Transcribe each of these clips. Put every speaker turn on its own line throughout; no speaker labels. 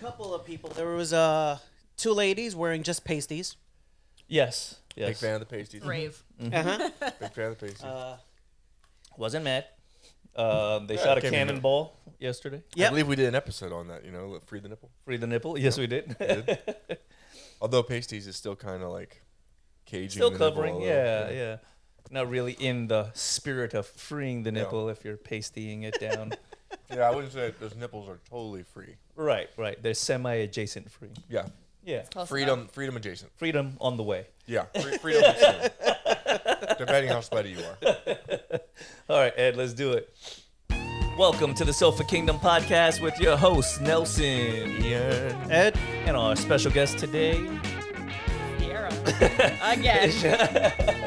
couple of people. There was uh, two ladies wearing just pasties.
Yes.
Big
Yes.
fan of the pasties.
Brave.
Uh-huh.
Big fan of the pasties.
Uh,
Wasn't mad. Um, they shot a
came in.
cannonball yesterday.
I
yep.
believe we did an episode on that. You know, let- free the nipple.
Free the nipple. Yes, we did.
Although pasties is still kind of like caging.
Still
the nipple uh, a
covering.
little,
Yeah, yeah. Not really in the spirit of freeing the
No.
nipple if you're pastying it down.
yeah. I wouldn't say those nipples are totally free.
right, right. They're semi-adjacent free.
Yeah,
Yeah.
Close
freedom,
enough.
freedom adjacent.
Freedom on the way.
Yeah, free, freedom adjacent. Depending how sweaty you are.
All right, Ed, let's do it. Welcome to the Sofa Kingdom podcast with your hosts Nelson, Ian,
Ed,
and our special guest today,
Sierra. Again.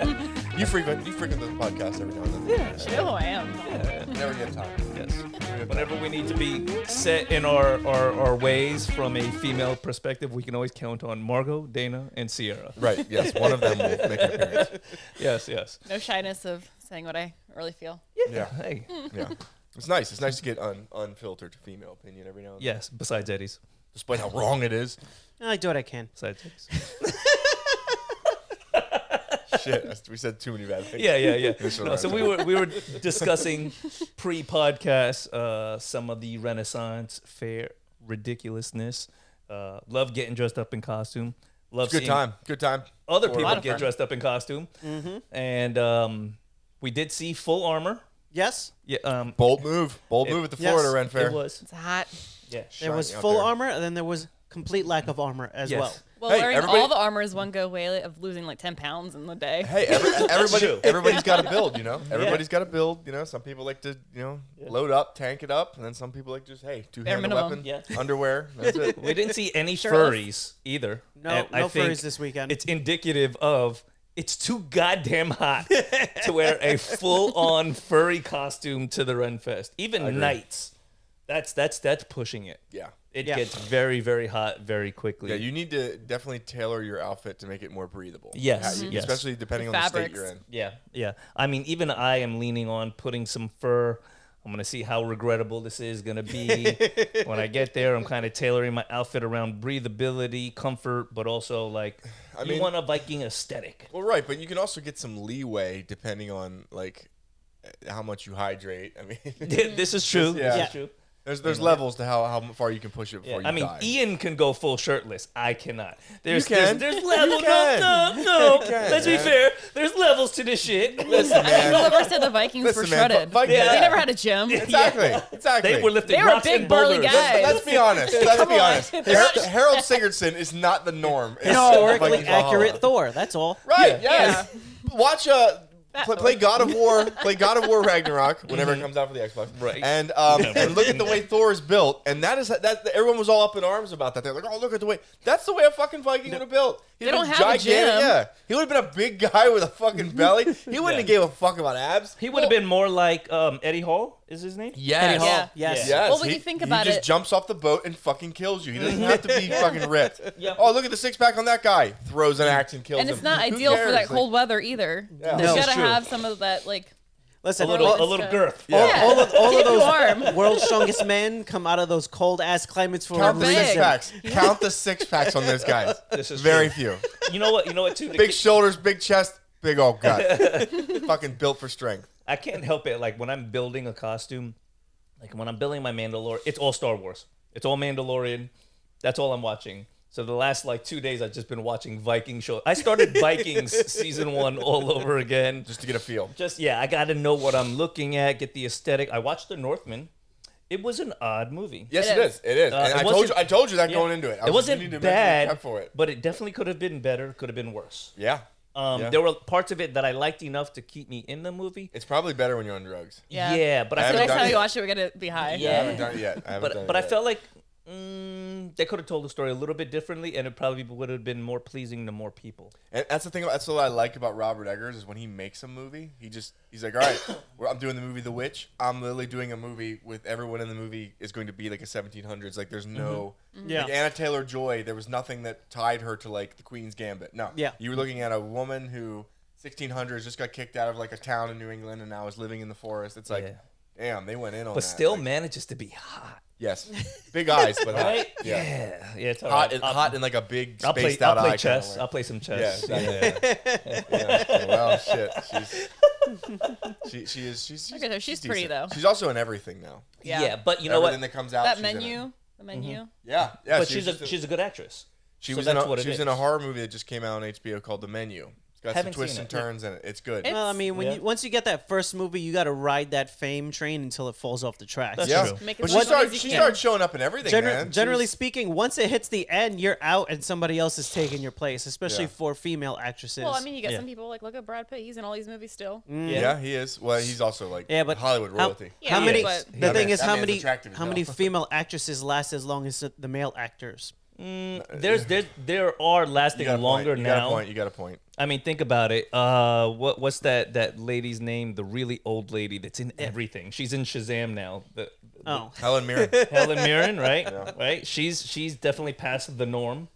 you
You frequent, you frequent this podcast every now and then.
know who Oh, I am.
Never get tired.
Yes. Whenever we need to be set in our, our, our ways from a female perspective, we can always count on Margot, Dana, and Sierra.
Right. Yes. One of them will make an appearance.
Yes, yes.
No shyness of saying what I really feel.
Yeah.
Hey.
Yeah. It's nice. It's nice to get un, unfiltered female opinion every now and then.
Yes, besides Eddie's.
Despite how wrong it is.
I do what I can.
Besides Eddie's.
Shit. that's- We said too many bad things.
Yeah, yeah, yeah.
This
No, so we were we were discussing pre-podcast uh, some of the Renaissance fair ridiculousness. Uh, love getting dressed up in costume. Love
It's a good
seeing
time. Good time.
other
For-
people
lot of
get
fun.
dressed up in costume. And um, we did see full armor.
Yes,
Yeah, um,
Bold move. Bold
It-
move at the
yes,
Florida Ren Fair.
it was.
It's hot.
Yeah.
there was
Shiny out
full
there.
armor, and then there was complete lack of armor as
Yes.
well.
Well,
Hey,
wearing
everybody-
all the armor is one go way of losing like 10 pounds in the day.
Hey, every,
true.
everybody, everybody's got to build, you know. Everybody's got to build, you know. Some people like to, you know, load up, tank it up, and then some people like just, hey,
Bare
two-handed
minimum.
weapon,
Yeah.
underwear. That's it.
We didn't see any furries
Shirtless.
either.
No,
And
no furries this weekend.
It's indicative of it's too goddamn hot to wear a full-on furry costume to the Ren Fest. Even nights. That's that's that's pushing it.
Yeah.
It
Yeah.
gets very very hot very quickly.
Yeah, you need to definitely tailor your outfit to make it more breathable.
Yes,
Yeah,
yes.
especially depending
The
on the state
fabrics.
you're in.
yeah, yeah. I mean, even I am leaning on putting some fur. I'm gonna see how regrettable this is gonna be when I get there. I'm kind of tailoring my outfit around breathability, comfort, but also like I you
mean-
want a Viking aesthetic.
Well, right, but you can also get some leeway depending on like uh, how much you hydrate. I mean,
this is
Mm-hmm.
true.
yeah.
This is true.
there's there's levels to how, how far you can push it before you
I mean,
die.
Ian can go full shirtless. I cannot. There's
You can.
there's, there's levels.
can.
No, no, no.
You can,
Let's be
man.
fair. There's levels to this shit.
I mean, whoever said the Vikings were
Listen, man,
shredded.
Vi- Vikings-
They
Yeah.
never had a gym.
exactly, exactly.
They were lifting
They were
rocks
big,
and
burly
boulders.
guys.
Let's be honest. Let's be
on.
honest. Har- Harold Sigurdsson is not the norm. in
Historically
Vikings Valhalla.
accurate Thor. That's all.
Right?
Yeah.
Yes. Watch uh, play,
Thor.
play God of War. Play God of War Ragnarok whenever it comes out for the Xbox.
Mm-hmm. Right.
And um,
Yeah,
and look at the way Thor is built. And that is that. Everyone was all up in arms about that. They're like, oh, look at the way. That's the way a fucking Viking would have built. He
They
would've
don't
been
have a
gigantic-
gym.
Yeah. He would have been a big guy with a fucking belly. He
Yeah.
wouldn't have gave a fuck about abs.
He would have been more like um, Eddie Hall. Is his name?
Yes.
Hall. Yeah.
Yes.
Yes,
Well, when
he-
you think about
he just
it-
jumps off the boat and fucking kills you. He doesn't have to be fucking ripped. Oh, look at the six pack on that guy. Throws an axe and kills
And
him.
it's not
Who
ideal for
cares?
that
Like,
cold weather either.
Yeah.
You
No,
gotta
it's true.
have some of that, like,
Listen,
A little,
all-
a little girth.
all,
Yeah.
all of, all of
Keep
those
warm.
world's strongest men come out of those cold ass climates for a
Count the
big.
six
reason.
packs. Count the six packs on those guys.
This is
Very
true.
few.
You know what? You know what? Too. The
Big
ki-
shoulders, big chest, big old gut. fucking built for strength.
I can't help it. Like when I'm building a costume, like when I'm building my Mandalore, it's all Star Wars. It's all Mandalorian. That's all I'm watching. So the last like two days, I've just been watching Viking show. I started Vikings season one all over again.
Just to get a feel.
Just yeah, I got to know what I'm looking at, get the aesthetic. I watched The Northman. It was an odd movie.
Yes,
It
it
is.
is. It is.
Uh,
and
it
I told you,
wasn't-
I told you that
Yeah.
going into it. I
it
was like,
wasn't
you need to mentally
bad,
prep for it.
but it definitely could have been better. Could have been worse.
yeah,
Um,
Yeah.
There were parts of it that I liked enough to keep me in the movie.
it's probably better when you're on drugs.
Yeah.
but
I
I, feel
the
haven't
next
like,
done
time
it.
you watch it, we gotta be high.
Yeah.
I haven't done it yet. I haven't done
but
it
but I
yet.
felt like mm, they could have told the story a little bit differently, and it probably would have been more pleasing to more people.
And that's the thing. That's what I like about Robert Eggers is when he makes a movie, he just he's like, all right, well, I'm doing the movie The Witch. I'm literally doing a movie with everyone in the movie is going to be like a 1700s. Like there's no
Mm-hmm.
Yeah.
like Anna Taylor Joy. There was nothing that tied her to like the Queen's Gambit. No,
Yeah.
you were looking at a woman who 1600s just got kicked out of like a town in New England and now is living in the forest. It's like
Yeah.
Damn, they went in on
but
that.
still
Like,
manages to be hot.
yes, big eyes, but hot.
Right?
Yeah.
yeah, yeah. It's all
hot
right.
and
I'll-
hot in like a big
I'll play.
spaced
I'll
out
play
eye.
chess. I'll
Kind
play some
yeah,
chess.
yeah,
Yeah.
yeah. yeah. Well, shit. She's, she she is she's
Look at her. She's pretty,
decent.
though.
She's also in everything now.
Yeah.
Yeah, but you know
Everything
what?
that comes out.
that
she's in it. Mm-hmm.
menu, the menu.
Yeah, yeah.
but
she
she's
was just Uh,
a she's a good actress.
She
So
was in
that's
a,
what it
she was in a
is.
horror movie that just came out on HBO called The Menu. It's got
Haven't
some twists
seen
and
it.
turns in it. It's good.
It's-
Well, I mean, when
Yeah.
you, once you get that first movie, you got to ride that fame train until it falls off the tracks.
That's
yeah,
true.
Make it
but
look
she
as
started
easy
she
as you
started
can.
showing up in everything.
Gener-
man. She
generally
was-
speaking, once it hits the end, you're out and somebody else is taking your place, especially
Yeah.
for female actresses.
Well, I mean, you get
Yeah.
some people like look at Brad Pitt. He's in all these movies still.
yeah. he is. Well, he's also like
yeah, but
Hollywood
how-
royalty.
How,
Yeah,
many?
but-
The
That
thing
man-
is,
that
how
man's
many?
attractive as
How
hell.
many female actresses last as long as the male actors?
There's there there are
You
lasting
got a
longer
point. You got a
now.
point. You got a point.
I mean, think about it. Uh, what what's that that lady's name? The really old lady that's in everything. She's in Shazam now. The,
Oh,
Helen Mirren.
Helen Mirren, right? Right. She's she's definitely past the norm.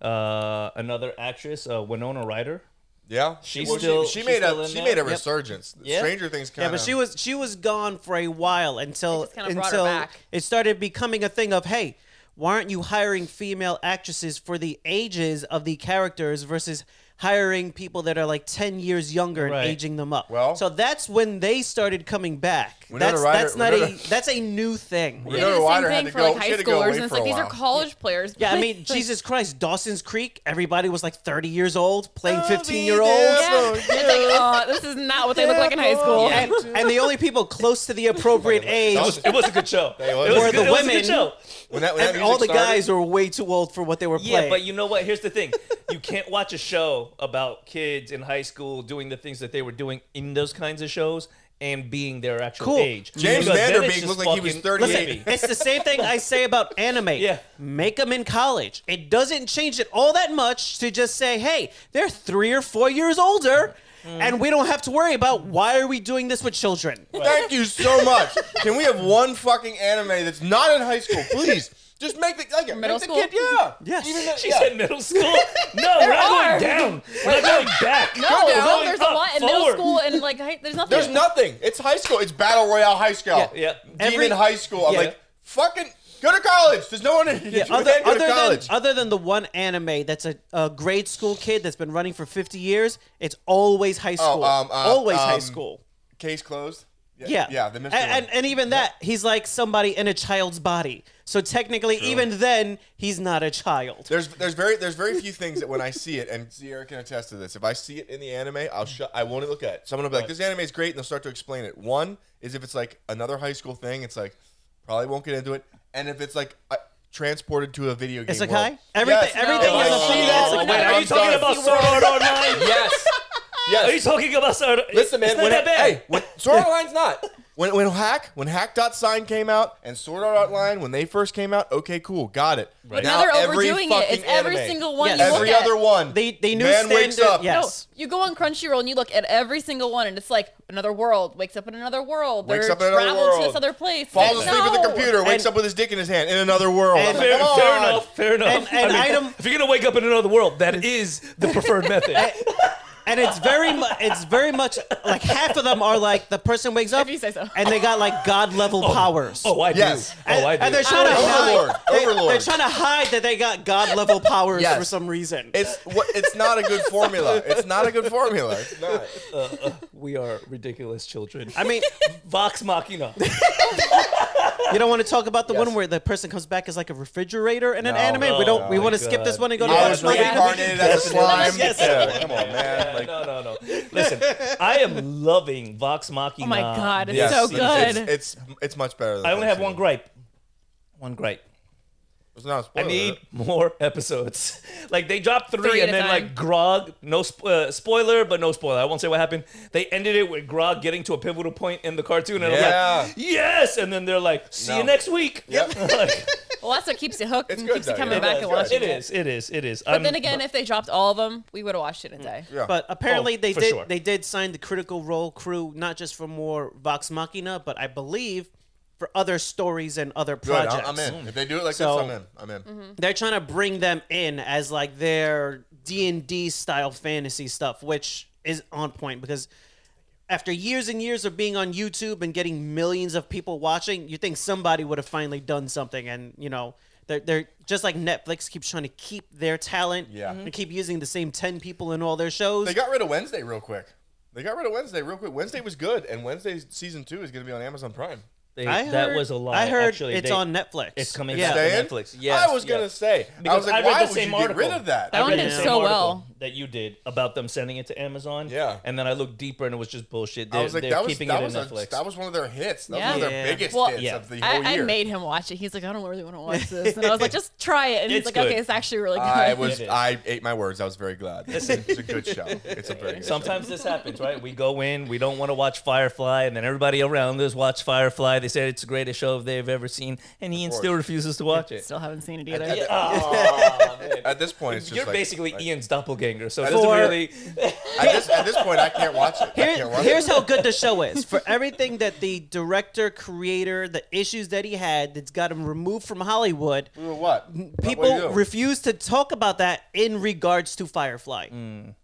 Uh, another actress, uh, Winona Ryder.
Yeah,
She's
Well,
still-
she,
she's
made
still
a
in
she
there.
made a
Yep.
resurgence.
Yeah.
Stranger Things kind
yeah,
of.
but she was she was gone for a while until
just kinda brought her
until
back.
it started becoming a thing of hey, why aren't you hiring female actresses for the ages of the characters versus hiring people that are like ten years younger and
Right.
aging them up?
Well-
so that's when they started coming back.
Winona
That's
Ryder-
that's not
Winona-
a that's a new thing.
They
Yeah.
do
Winona
the same
Ryder had
thing
to
for
go-
like
she
high
had to go away
schoolers, and it's
for a
like these are
while.
college players.
Yeah, I
Like-
mean,
like,
Jesus Christ, Dawson's Creek, everybody was like 30 years old playing
I'll be
15 year
there
olds.
Yeah. it's like, oh, this is not what they look like in high school.
And, and the only people close to the appropriate age
It was, it was a good show. It
was.
was,
Were
a good,
the
it was a
women-
good show.
when that, when that
and all the
Oh, music started-
guys were way too old for what they were
Yeah,
playing.
but you know what? Here's the thing: you can't watch a show about kids in high school doing the things that they were doing in those kinds of shows and being their actual
Cool.
age.
James
Because then
Vanderbeek
it's just
looked like he was
fucking
38.
creepy.
it's the same thing I say about anime.
Yeah.
Make them in college. It doesn't change it all that much to just say, hey, they're three or four years older,
Mm.
and we don't have to worry about why are we doing this with children.
Thank you so much. Can we have one fucking anime that's not in high school, please? Just make the like
Middle
make
school?
the kid, yeah,
Yes.
Even the,
She
yeah.
said middle school. No, we're not going
are.
down. We're not going back. No,
Oh,
Go down,
no, there's a lot in middle
forward.
school and like high, there's nothing.
There's nothing. It's high school. It's battle royale high school.
Yeah,
yeah.
Demon
Every-
high school. I'm
Yeah.
like fucking go to college. There's no one.
Yeah,
you
other,
can't go
other
to
than
college.
other than the one anime that's a, a grade school kid that's been running for 50 years, it's always high school.
um, uh,
always high
um,
school.
Case closed.
Yeah.
Yeah. The
and,
mystery.
and,
one.
and even that, he's like somebody in a child's body. So technically, even then, he's not a child.
There's there's very there's very few things that when I see it, and Sierra can attest to this. If I see it in the anime, I'll shut. I won't look at it. Someone will be like, "This anime is great," and they'll start to explain it. One is if it's like another high school thing, it's like probably won't get into it. And if it's like uh, transported to a video game,
Isekai?
world.
Everything-
Yes.
everything
If
is
Oh, I
a
see
fucking
that-
isekai.
Wait, are
I'm
you talking
sorry.
about Sword Art Online?
Yes, yes.
Are you talking about Sword? Art-
Listen, man.
It's not
When,
that bad.
Hey, when, Sword Art Online's not. When when hack when hack dot sign came out and Sword Art Online when they first came out, okay, cool, got it.
But
Now
now they're
every
overdoing it.
fucking
It's every
anime.
single one
Yes.
you
Every
look at.
other one.
They- they knew
man wakes
standard-
up.
yeah.
No,
Yes.
you go on Crunchyroll and you look at every single one, and it's like another world wakes up in another world.
Wakes
They're
up in another
traveled to
world.
this other place.
Falls
Like,
asleep at the
no.
computer, wakes
And-
up with his dick in his hand in another world.
And-
I'm like,
Fair,
come
fair
on.
enough. Fair enough.
And- and item-
If you're gonna wake up in another world, that is the preferred method.
And it's very mu- it's very much like half of them are like the person wakes up
If you say so.
and they got like god level powers.
oh, I do.
Yes.
Oh, I do.
And they're trying to hide.
Overlord,
they-
overlord.
They're trying to hide that they got god level powers
Yes.
for some reason.
It's what, it's not a good formula. It's not a good formula. It's not.
we are ridiculous children.
I mean,
Vox Machina.
you don't want to talk about the
Yes.
one where the person comes back as like a refrigerator in an
No,
anime. we
no,
don't.
no.
we
My
want to skip
God.
this one and go to
I
Vox
was
Machina.
reincarnated as a slime.
Yes.
Yeah, come on, man.
Yeah,
Like,
no, no, no. Listen, I am loving Vox Machina.
Oh my god, it's
yes,
so
it's-
good.
It's, it's it's much better. Than
I only have
Thanksgiving.
one gripe. One gripe.
It's not a
I
spoiler.
need more episodes. Like they dropped three,
Three at
and
a
then
time.
like Grog, no sp- uh, spoiler, but no spoiler. I won't say what happened. They ended it with Grog getting to a pivotal point in the cartoon, and I
Yeah.
was like, yes. And then they're like, see you
No.
next week.
Yep.
Like,
well, that's what keeps you hooked
It's
and
good,
keeps you
though,
coming
yeah.
back
It's
and
good.
watching
it is. Um, It is. It is.
But then again, if they dropped all of them, we would have watched it in a day.
Mm. Yeah.
But apparently
Oh,
they
for
did
sure.
they did sign the Critical Role crew not just for more Vox Machina, but I believe for other stories and other
Good, I'm-
projects.
I'm in. If they do it like
So- Mm-hmm.
this, I'm in. I'm in.
They're trying to bring them in as like their D and D style fantasy stuff, which is on point because after years and years of being on YouTube and getting millions of people watching, you think somebody would have finally done something. And, you know, they're, they're just like Netflix keeps trying to keep their talent.
Yeah.
They keep using the same 10 people in all their shows.
They got rid of Wednesday real quick. They got rid of Wednesday real quick. Wednesday was good, and Wednesday season two is going to be on Amazon Prime.
They,
I heard,
that was a lie.
I heard
Actually,
it's
they-
on Netflix.
It's coming
Yeah.
back
Stay
Staying?
to Netflix. Yes,
I was
yes.
going to say. I
Because
was
read
like, why
the
would
same
you
article.
get rid of that?
I
I
one
read
did
the same
so
article
well.
that you did about them sending it to Amazon.
Yeah.
and then I looked deeper and it was just bullshit. They're,
I was like,
they're
that was,
keeping
that,
it
was
in
a,
Netflix.
that was one of their hits. That
Yeah.
was one of their
Yeah.
biggest
Well,
hits
yeah.
of the whole
I, I
year.
made him watch it. He's like, I don't really want to watch this, and I was like, just try it. And he's
It's
like,
good.
okay, it's actually really good.
I was.
It is.
I ate my words. I was very glad. It's a, it's a good show. It's a very good
Sometimes this happens, right? We go in, we don't want to watch Firefly, and then everybody around us watch Firefly. They said it's the greatest show they've ever seen, and Ian
course.
still refuses to watch it.
still haven't seen it either.
show.
Oh, man.
At this point, it's just
You're
like,
basically
like,
Ian's doppelganger, so it
At
doesn't
this-
really.
At this, at this point, I can't watch it. I
Here-
can't watch
here's
it.
how good the show is for everything that the director, creator, the issues that he had that's got him removed from Hollywood.
We were what? What do you
People
do?
refuse to talk about that in regards to Firefly.
Mm.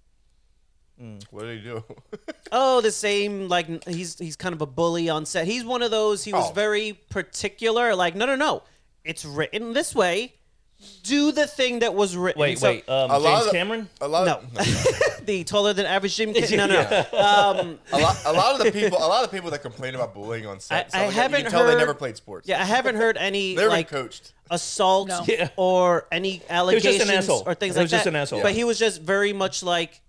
What do you do?
Oh, the same like n- he's he's kind of a bully on set. He's one of those. He was
Oh.
very particular. Like no, no, no. It's written this way. Do the thing that was written.
Wait,
So-
wait. uh, Um,
A lot
James
of the-
Cameron?
A lot.
No,
Of,
the taller than average Jim. Kim- No, no. Um,
a lot. A lot of the people. A lot of people that complain about bullying on set.
I-
sound
I
like that- You
haven't
can tell they
heard-
never played sports.
yeah, I haven't heard any
they've
like
been coached.
assault
No.
Yeah.
or any
just an
allegations
asshole.
or things
He
like
was
that.
just an asshole.
But
Yeah.
he was just very much like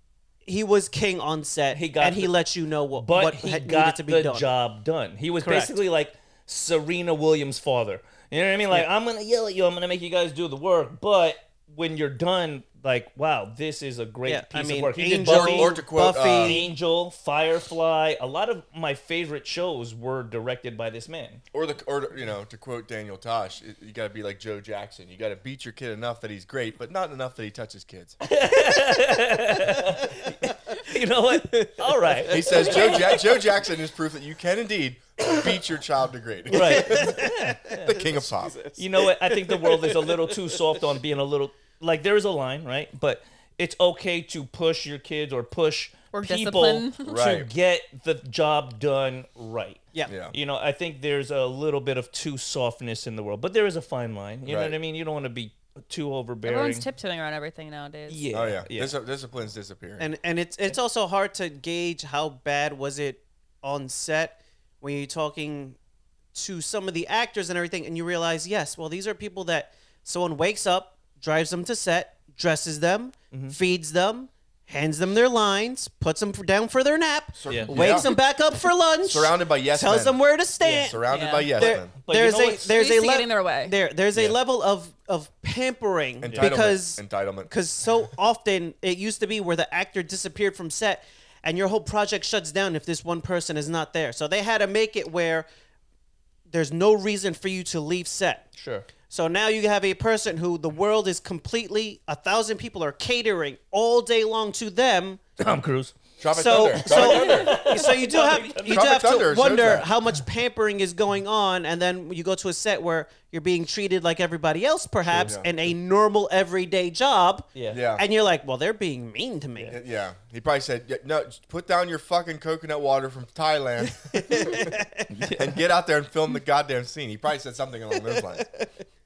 he was king on set.
He got
and he
the-
let you know what
but
what
he
had
got
needed to be
the
done.
job done. He was
Correct.
basically like Serena Williams' father. You know what I mean? Like I'm gonna yell at you. I'm gonna make you guys do the work, but when you're done, like wow, this is a great
Yeah,
piece
I mean,
of work. He
Angel,
did Buffy,
Or- or to quote,
Buffy,
uh,
Angel, Firefly. A lot of my favorite shows were directed by this man.
Or the or you know to quote Daniel Tosh, it- you got to be like Joe Jackson. You got to beat your kid enough that he's great, but not enough that he touches kids.
You know what? All right.
He says Joe ja- Joe Jackson is proof that you can indeed beat your child to great.
right.
the king of pop.
You know what? I think the world is a little too soft on being a little like there is a line, right? But it's okay to push your kids or push
Or
people
discipline.
to
Right.
get the job done right.
yeah.
Yeah.
You know, I think there's a little bit of too softness in the world, but there is a fine line. You know
Right.
what I mean? You don't want to be too overbearing.
Everyone's tiptoeing around everything nowadays.
yeah.
Oh yeah,
yeah.
Dis- discipline's disappearing.
and and it's it's also hard to gauge how bad was it on set when you're talking to some of the actors and everything and you realize yes well these are people that someone wakes up drives them to set dresses them
Mm-hmm.
feeds them hands them their lines puts them down for their nap
Yeah.
wakes them back up for lunch
Surrounded by yes
tells
men.
them where to stand
surrounded
Yeah.
by yes
There-
men.
But you
there's
know
a
what's-
there's
At
a
least getting their way.
there there's a level of of pampering
Entitlement.
because
entitlement.
because so often it used to be where the actor disappeared from set and your whole project shuts down if this one person is not there so they had to make it where there's no reason for you to leave set
Sure.
so now you have a person who the world is completely a thousand people are catering all day long to them
Tom Cruise.
Tropic
so
Thunder. Tropic Thunder.
so, so you do have you do
Tropic
have
Thunder
to
shows
wonder
that.
how much pampering is going on, and then you go to a set where you're being treated like everybody else, perhaps,
Yeah.
in a normal everyday job.
Yeah.
Yeah.
And you're like, well, they're being mean to me.
yeah, he probably said, "Yeah, "No, just put down your fucking coconut water from Thailand and get out there and film the goddamn scene." He probably said something along those lines.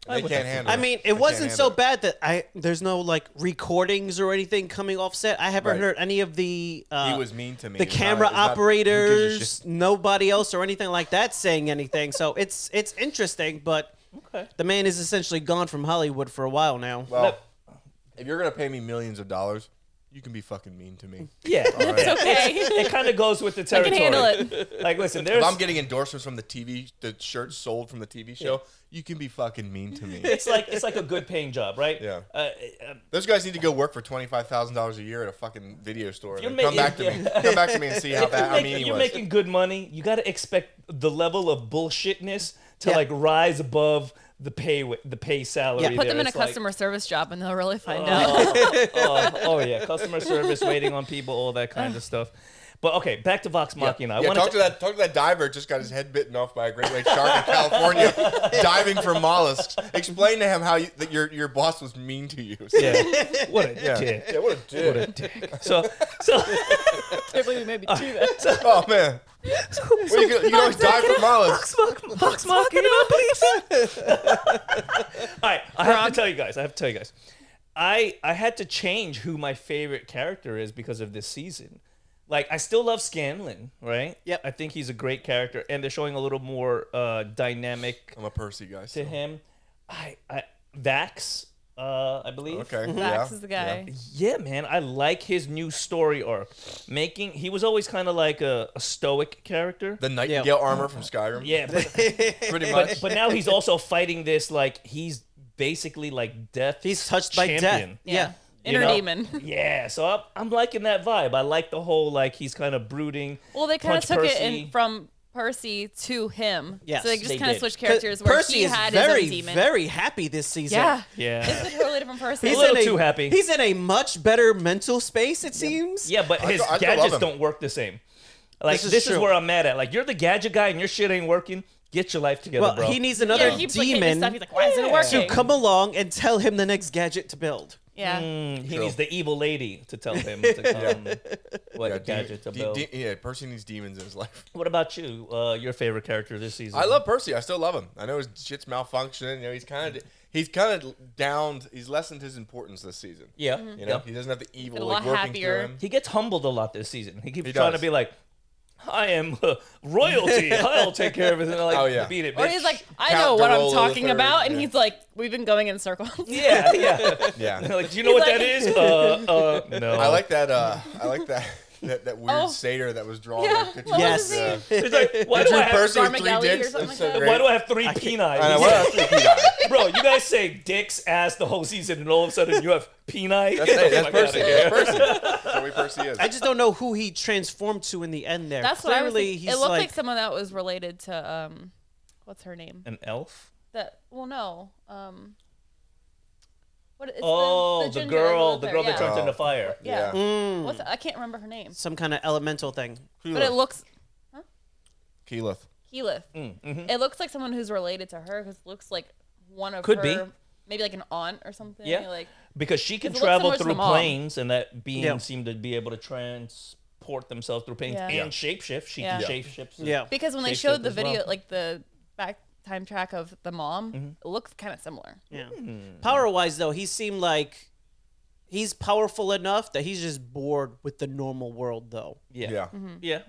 And They can't handle.
I mean,
They
it
can't
wasn't
handle
so
it.
bad that I there's no like recordings or anything coming off set. I haven't
Right.
heard any of the uh,
He was mean to me.
the
It's not-
camera
it's not- who gives a
operators,
shit?
nobody else or anything like that saying anything. So it's it's interesting, but
Okay.
the man is essentially gone from Hollywood for a while now.
Well, if you're gonna pay me millions of dollars, you can be fucking mean to me.
Yeah.
Right?
Okay.
It kind of goes with the
I
territory.
can handle it.
Like, listen, there's
If I'm getting endorsements from the TV, the shirts sold from the TV show, you can be fucking mean to me.
it's like it's like a good paying job, right?
Yeah.
Uh,
Those guys need to go work for twenty five thousand dollars a year at a fucking video store.
You're
And then come
making-
back to me. Come back to me and see how
if you're,
bad I mean
making,
he
you're
was.
making good money, you got to expect the level of bullshitness to
Yeah.
like rise above the pay wi- the pay salary.
Yeah.
Put
there.
them in a
It's like,
customer service job, and they'll really find out.
oh, oh, oh, yeah, customer service, waiting on people, all that kind of stuff. But okay, back to Vox Machina. I
yeah,
wanted
talk to, that talk to that diver just got his head bitten off by a great white shark in California diving for mollusks. Explain to him how you, that your your boss was mean to you.
Yeah. What a
Yeah.
dick.
Yeah, what a
What
dick.
a dick. So, so,
can't believe we made me do that.
Oh man. Well, you can, you can always dive for mollusks.
Vox, Vox, Vox Machina, please. All right, I have to tell you guys. I have to tell you guys. I I had to change who my favorite character is because of this season. Like I still love Scanlan, right?
Yep.
I think he's a great character, and they're showing a little more uh, dynamic
I'm a Percy guy.
to
so-
him. I I Vax, uh, I believe.
Okay.
Max
yeah,
is the guy.
Yeah, man, I like his new story arc. Making he was always kind of like a, a stoic character.
The Nightingale armor from Skyrim.
yeah, but
Pretty
but,
much.
but now he's also fighting this like he's basically like death.
He's touched by death.
champion,
Yeah.
you
Inner
know?
demon.
Yeah, so I'm, I'm liking that vibe. I like the whole like he's kind of brooding.
Well, they kind
Punch
of took it
Percy.
in from Percy to him.
Yes,
so they
they
just kind of
did.
switched characters where
Percy
he
is
had
very,
his own demon.
very happy this season.
yeah.
Yeah,
It's a totally different person.
He's a little too happy.
He's in a much better mental space, it seems.
yeah, but
I
his
still- I still love
gadgets
him.
don't work the same. Like
This
this
is
is,
true.
where I'm mad at. Like you're the gadget guy and your shit ain't working. Get your life together,
Well,
bro.
he needs
yeah,
another
he keeps, like, hitting his
demon
stuff. He's like, why isn't it
Yeah.
working?
to come along and tell him the next gadget to build.
yeah.
Mm, he
True.
needs the evil lady to tell him to come. what
Yeah, de-
gadget to
de-
build.
de- yeah, Percy needs demons in his life.
what about you? Uh, your favorite character this season?
I love Percy. I still love him. I know his shit's malfunctioning. You know, he's kind of he's kind of downed. He's lessened his importance this season.
Yeah,
Mm-hmm.
You know,
yeah.
he doesn't have the evil
a
like
lot
working
happier.
through him.
He gets humbled a lot this season. He keeps
He
trying
does.
to be like, "I am uh, royalty. I'll take care of it." And they're like,
Oh, yeah.
beat it, bitch."
Or he's like, I
Count
know what I'm
Dorolo
talking
III,
about, and
yeah.
he's like, we've been going in circles.
"Yeah, yeah."
Yeah.
They're like, "Do you know what
He's
that
like-
is?" Uh, uh, no.
I like that. Uh, I like that. That, that weird
Oh.
satyr that was drawn.
Yeah,
Like,
what
was his
Yeah.
name?
He's like, "Why do I
Drew
have?"
Percy with three
Garmagalli or
dicks.
something
That's
like
so
that.
great.
Why do I have three peni?
I know, what else did he got?
Bro, you guys say dicks ass the whole season, and all of a sudden you have peni.
That's, hey, that's
Fuck outta
Percy.
here.
That's Percy. That's the way Percy is.
I just don't know who he transformed to in the end there.
That's what I was
Clearly,
thinking.
he's
It looked like,
like,
someone that was related to um, what's her name?
An elf.
That well, no, um, what is
Oh,
the,
the,
ginger
girl,
with
the
hair,
girl
yeah.
that turns
Oh.
into fire.
Yeah.
Mm.
yeah.
What's I can't remember her name,
some kind of elemental thing.
but it looks
Keyleth.
Keyleth.
Mm, mm-hmm.
It looks like someone who's related to her because it looks like one of
Could be.
her, maybe like an aunt or something.
Yeah.
like
because she can
Because it looks
travel
similar to
through
the mom.
planes, and that being
Yeah.
seemed to be able to transport themselves through planes
Yeah.
and
Yeah.
shapeshift. She
Yeah.
can
Yeah.
shapeshift.
Yeah.
because when they
Shapeshift
showed the
as well.
video, like the back time track of the mom,
Mm-hmm.
it looks kind of similar.
Yeah. Power wise, though, he seemed like he's powerful enough that he's just bored with the normal world, though.
yeah,
Yeah.
yeah,
Mm-hmm.
Yeah.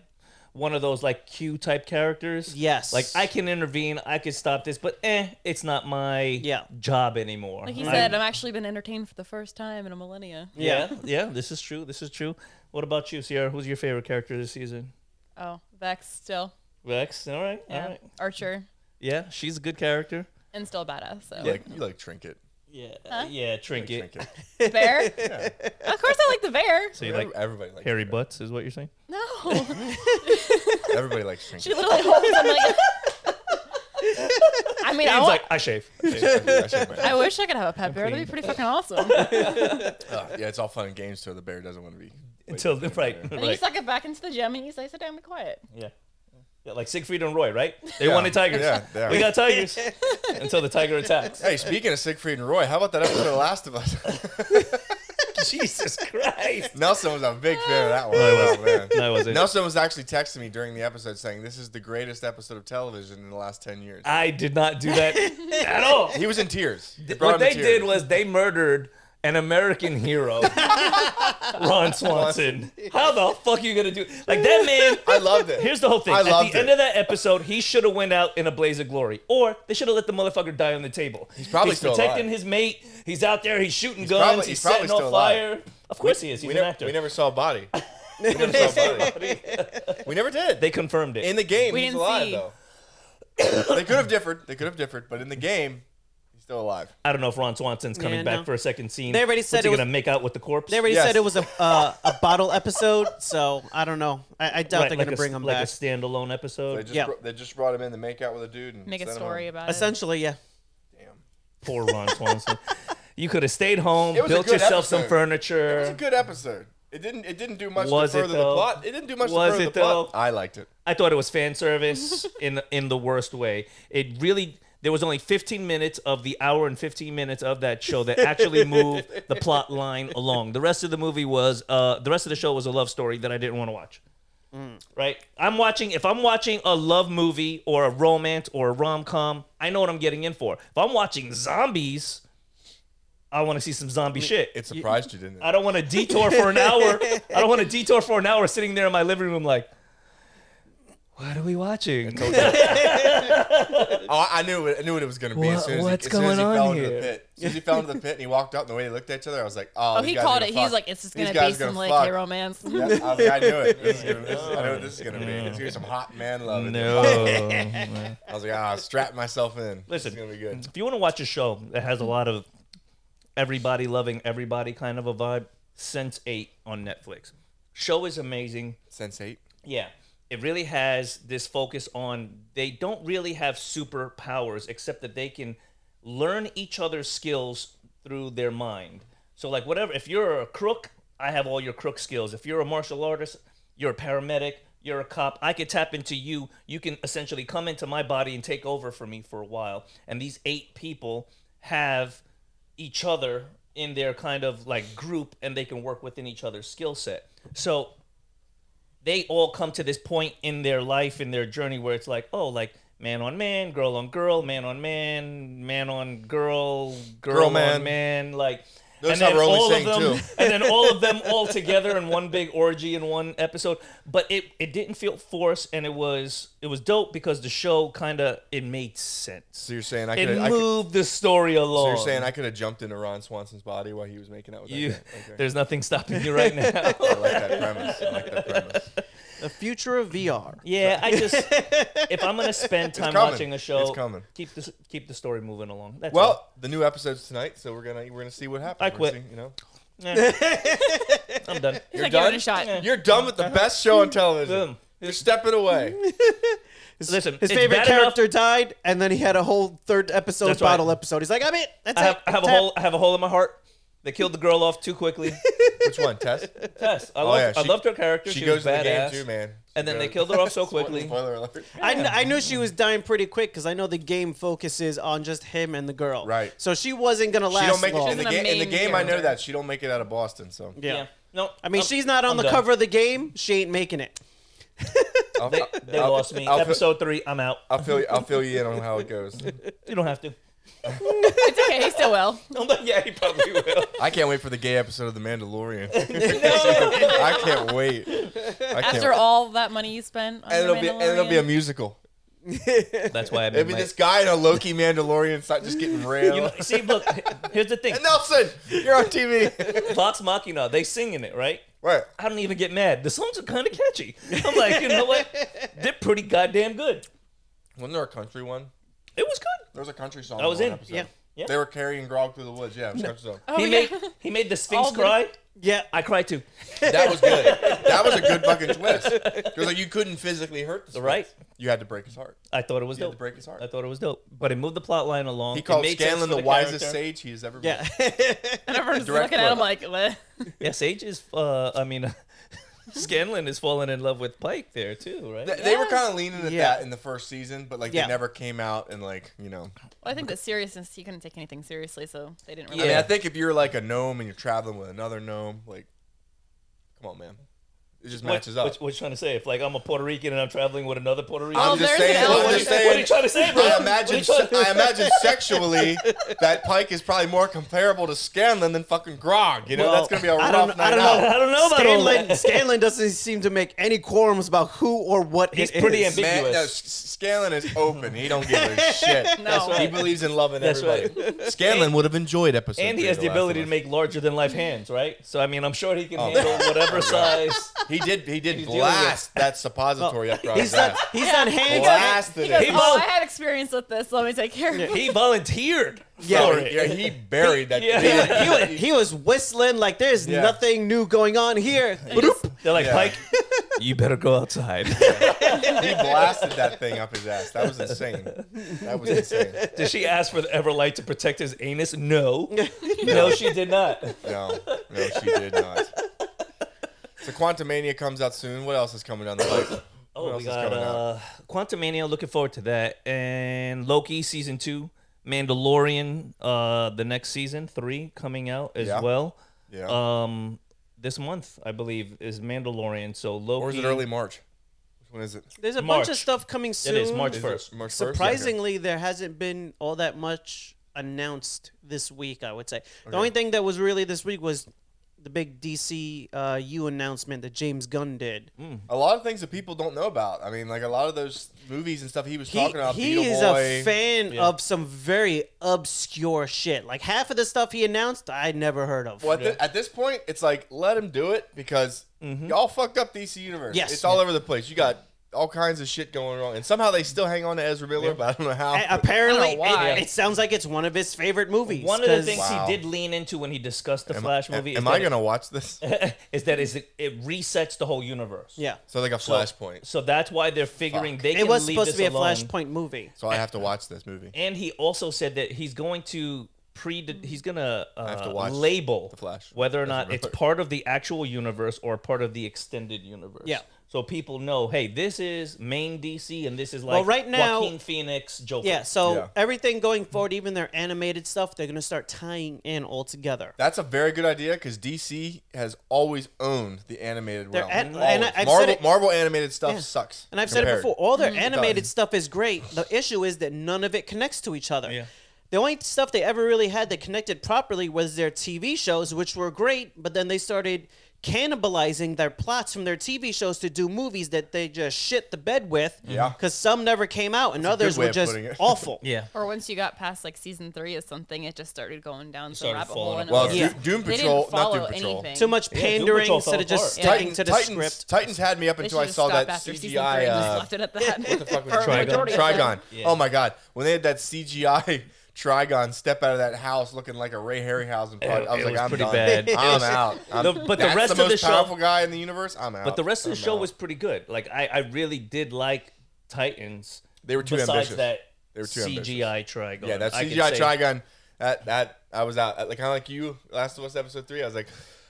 One of those like Q type characters.
Yes.
Like I can intervene, I can stop this, but eh, it's not my
Yeah.
job anymore.
Like he
I-
said, i have actually been entertained for the first time in a millennia.
yeah, yeah, this is true. This is true. What about you, Sierra? Who's your favorite character this season?
Oh, Vex still.
Rex. All right.
Yeah.
All right.
Archer
Yeah, she's a good character.
and still badass. So.
You like you like trinket.
Yeah.
Uh,
Yeah, Trinket.
Trinket.
Bear? Of course I like the bear.
So you like
everybody likes
Harry Butts is what you're saying?
No.
everybody likes trinket.
she literally holds him like I mean, I,
He's
want,
like, I shave.
I should- I should-
I wish I could have a pet bear. That'd be pretty fucking awesome.
uh, yeah, it's all fun and games till the bear doesn't want to be.
Until the right.
And you
right.
suck it back into the gym and you say, sit down and be quiet.
Yeah. yeah. Like Siegfried and Roy, right? They
Yeah.
wanted tigers.
Yeah, yeah.
We got tigers until the tiger attacks.
Hey, speaking of Siegfried and Roy, how about that episode of Last of Us?
Jesus Christ.
Nelson was a big fan of that one.
No, he wasn't.
Oh, man.
No, I wasn't.
Nelson was actually texting me during the episode saying, "This is the greatest episode of television in the last ten years."
I did not do that at all.
He was in tears. It
What
brought him to
they
tears.
did was they murdered an American hero, Ron Swanson. How the fuck are you going to do? Like, that man.
I loved it.
Here's the whole thing.
I
At the
loved
end
it.
of that episode, he should have went out in a blaze of glory, or they should have let the motherfucker die on the table. He's
probably
he's
still
protecting
alive.
his mate. He's out there. He's shooting guns.
probably-
he's,
he's probably
setting on
still alive.
fire. Of course he is. He's
we,
an
never,
actor.
we never saw a body. We never saw a body. we never did.
they confirmed it.
in the game,
We
he's
didn't
alive
see.
though. they could have differed. They could have differed, but in the game, he's still alive.
I don't know if Ron Swanson's coming
Yeah,
back
no.
for a second scene.
They already
What's
said
he
it was-
gonna make out with the corpse.
They already
Yes.
said it was a uh, a bottle episode, so I don't know. I, I doubt
Right,
they're
like
gonna
a,
bring him
like
back.
a standalone
They
episode.
just
Yeah.
br- they just brought him in to make out with a dude and
Make a
sent him
story
home.
about it.
Essentially, yeah.
Poor Ron Swanson. You could have stayed home,
It was a
built
good
yourself some
episode.
furniture.
It's a good episode. It didn't. It didn't do much
Was
to
it,
further the
though?
plot. It didn't do much
Was
to further
it,
the plot.
though?
I liked it.
I thought it was fan service in in the worst way. It really there was only 15 minutes of the hour and 15 minutes of that show that actually moved the plot line along. The rest of the movie was uh, the rest of the show was a love story that I didn't want to watch. Right? I'm watching if I'm watching a love movie or a romance or a rom-com, I know what I'm getting in for. If I'm watching zombies, I want to see some zombie shit.
It surprised you, didn't it?
I don't want to detour for an hour. I don't want to detour for an hour sitting there in my living room like, what are we watching?
Oh, I- I knew. It, I knew what it was going to be. as
What-
soon as
what's
he, as soon as he
going
fell
on
into
here?
the pit. As soon as he fell into the pit and he walked out, and the way they looked at each other, I was like, "Oh,
Oh,
these
he
guys are
called
gonna
it.
Fuck.
He's like, it's just
These
gonna
guys
be
are gonna
some like
fuck.
gay romance.
Yeah, I, was like, I knew it. This is gonna, this is, I know what this is gonna be. It's gonna be some hot man love. in there.
No.
I was like, ah, strap myself in. this
Listen.
is gonna be good.
if you want to watch a show that has a lot of everybody loving everybody kind of a vibe, Sense 8 on Netflix. Show is amazing.
Sense eight.
Yeah. It really has this focus on they don't really have superpowers except that they can learn each other's skills through their mind. So like whatever if you're a crook, I have all your crook skills. If you're a martial artist, you're a paramedic, you're a cop, I could tap into you. You can essentially come into my body and take over for me for a while. And these eight people have each other in their kind of like group and they can work within each other's skill set. So they all come to this point in their life in their journey where it's like oh like man on man girl on girl man on man man on girl girl,
Girl
on
man.
man. like
Notice how we're only saying
them
two.
and then all of them all together in one big orgy in one episode but it it didn't feel forced and it was it was dope because the show kind of it made sense
So you're saying I
it
could. I could
moved the story along
so you're saying I could have jumped into Ron Swanson's body while he was making out with that
You-
guy. Okay.
there's nothing stopping you right now
I like that premise. I like that premise.
The future of VR.
Yeah, I just if I'm gonna spend time
coming.
watching a show,
It's coming.
keep the keep the story moving along. That's
Well, the new episode's tonight, so we're gonna we're gonna see what happens.
I
We're gonna
quit.
see, you know,
all. Eh. I'm done. Uh-huh.
He's like,
done?
give it a shot.
you're done with the best show on television.
Boom.
You're stepping away.
His,
Listen,
his
it's
favorite
bad enough-
character died, and then he had a whole third episode
That's right.
bottle episode. He's like, I'm it. That's
I
it.
have, I have a
Tap.
hole. I have a hole in my heart. They killed the girl off too quickly.
Which one, Tess?
Yes, I, loved,
Oh, yeah,
I
she-
loved her character. She,
She, goes
was
to the game
badass.
too, man.
And then
She
they
goes-
killed her off so quickly.
Spoiler alert.
I, kn- I knew she was dying pretty quick because I know the game focuses on just him and the girl.
Right.
So she wasn't gonna
She
last
don't make
long.
it in the
She's an
game. In the
amazing
game, I know
character.
that she don't make it out of Boston. So
yeah.
No,
I mean,
I'm-
she's not on
I'm
the
done.
cover of the game. She ain't making it.
I'll,
They
I'll-
lost me.
I'll,
Episode three. I'm out.
I'll fill you. I'll fill you in on how it goes.
You don't have to.
It's okay. He still will.
I'm like, yeah, he probably will.
I can't wait for the gay episode of The Mandalorian. I can't wait. I can't.
After all that money you spent, on
and
The
it'll be and it'll be a
Mandalorian.
musical.
That's why I made
It'll be
my-
this guy in a Loki Mandalorian side just getting railed.
You know, see, look, here's the thing.
Nelson, you're on TV.
Vox Machina, they sing in it, right?
right.
I don't even get mad. The songs are kind of catchy. I'm like, you know what? They're pretty goddamn good.
Wasn't there a country one?
It was good.
There was a country song.
I was
one
in,
Episode.
yeah.
Yeah.
They were carrying Grog through the woods. Yeah, it was a country song.
Oh,
he
yeah.
made he made the Sphinx
All the-
cry.
Yeah.
I cry too.
That was good. That was a good fucking twist. It was like you couldn't physically hurt the Sphinx.
Right.
You had to break his heart.
I thought it was
You had
dope.
to break his heart.
I thought it was dope. But it moved the plot line along.
He
It
called
made sense
Scanlan
for
the, wisest
character.
sage he has ever
Yeah.
And everyone's
direct
looking at him like, "Bleh."
Yeah, Sage is. Uh, I mean, Scanlan is falling in love with Pike there too, right?
been. They, they were kind of leaning at
Yeah.
that in the first season, but like
Yeah.
they never came out and like you know.
Well, I think that seriousness, he couldn't take anything seriously, so they didn't
I
really.
mean, I
Yeah.
think if you're like a gnome and you're traveling with another gnome, like, come on, man, it just
What,
matches up.
What, what you trying to say? If like I'm a Puerto Rican and I'm traveling with another Puerto Rican,
Oh,
I'm just
there's
saying.
an
I'm
what,
element.
just
are you, what are
saying.
you trying to say, bro?
I
What are
imagine,
you trying to-
I imagine sexually that Pike is probably more comparable to Scanlan than fucking Grog. You know,
Well,
that's gonna be a
I
rough
don't-
night
I don't
out.
know.
I don't know about all
Scanlan,
that.
Scanlan doesn't seem to make any quorums about who or what
He's
it is.
pretty ambiguous.
Man, no, S- Scanlan is open. He don't give a shit.
That's
right.
He believes in loving
That's
everybody. Scanlan would have enjoyed episode.
And he
three
has
of
the
Last
ability
of
to make larger than life hands, right? So I mean, I'm sure he can
Oh,
handle whatever size.
Us. He did. He did
He's dealing with-
blast that suppository up Grog's
He's not.
ass.
He's not hands.
Blasted
He
it.
goes,
He
"Oh,
both-
I had experience with this. Let me take care of it."
He volunteered
Yeah.
for
yeah,
it.
he buried that.
Yeah.
He was, he was- he was whistling like there's
Yeah.
nothing new going on here. Bloop.
They're like,
Yeah.
Pike, you better go outside.
He blasted that thing up his ass. That was insane. That was insane.
did she ask for the Everlight to protect his anus? No, no, she did not.
No, no, she did not. So Quantumania comes out soon. What else is coming down the pipe?
Oh,
else
we
is
got
coming out?
uh, Quantumania. Looking forward to that. And Loki season two, Mandalorian. Uh, the next season three coming out as
Yeah.
well.
Yeah.
Um, this month I believe is Mandalorian. So Loki.
or is it early March? Which one is it?
There's a bunch of
March.
stuff coming soon.
It is March
Is
first.
it March first?
Surprisingly, there hasn't been all that much announced this week. I would say the only thing that was really this week was the big DC uh, U announcement that James Gunn did.
A lot of things that people don't know about. I mean, like a lot of those movies and stuff he was talking about.
he
Beetle
is
Boy.
a fan of some very obscure shit. Like half of the stuff he announced, I never heard of.
Well, at, thi- at this point, it's like let him do it because y'all fucked up DC Universe.
Yes.
it's all over the place. You got all kinds of shit going wrong, and somehow they still hang on to Ezra Miller, but I don't know how.
A- Apparently,
I don't know why.
It, it sounds like it's one of his favorite movies.
One of the
'cause-
things
Wow.
he did lean into when he discussed the Flash movie
Am
is,
I
that
gonna watch this?
it, is that is it, it resets the whole universe.
Yeah,
So like a flashpoint.
So that's why they're figuring they can
it was
leave
supposed to be
this
a
alone.
Flashpoint movie.
So I have to watch this movie.
and he also said that he's going to pre he's gonna
have
uh,
to watch
label
The Flash.
whether or not
Ezra
it's
Miller.
part of the actual universe or part of the extended universe.
Yeah.
So people know, hey, this is main DC, and this is like
Well, right now-
Joaquin Phoenix Joker.
Yeah, so
Yeah.
everything going forward, even their animated stuff, they're gonna start tying in all together.
That's a very good idea because DC has always owned the animated
They're
realm.
at- and
Always.
I- I've said
oh, Marvel,
it-
Marvel animated stuff
Yeah.
sucks.
And I've said it
compared.
before, all
Mm-hmm.
their animated
does.
stuff is great. The issue is that none of it connects to each other.
Yeah.
The only stuff they ever really had that connected properly was their TV shows, which were great, but then they started cannibalizing their plots from their TV shows to do movies that they just shit the bed with.
Mm-hmm.
Yeah.
Because some never came out and
good
others
way
were
of
just
putting it.
awful.
yeah.
Or once you got past like season three of something, it just started going down some
started
rabbit
falling
hole. And
Well,
it was-
Yeah.
Doom, Doom
They
Patrol,
didn't
not
follow
Doom Patrol.
anything.
Too much
Doom
pandering
Patrol
instead of
fell
just
apart.
sticking to the
Titans,
script.
Titans had me up
They
until I
should've
saw that
stopped after season three
CGI.
and just
Uh,
left it at that.
what the fuck was it?
Trigon.
Majority of it.
Trigon.
Yeah.
Oh my god, when they had that CGI Trigon step out of that house looking like a Ray Harryhausen part,
It-
I was
it
like,
was
I'm
pretty
done.
bad. It
I'm
was-
out. I'm,
The- but the
that's
rest
the
of
most
the show-
powerful guy in the universe. I'm out.
But the rest of the
I'm
show
out.
was pretty good. Like I, I really did like Titans.
They were too
besides
ambitious.
That
They were too
CGI Trigon.
yeah, that
I could
CGI
say-
Trigon. That that I was out. Like kind of like you, Last of Us episode three. I was like,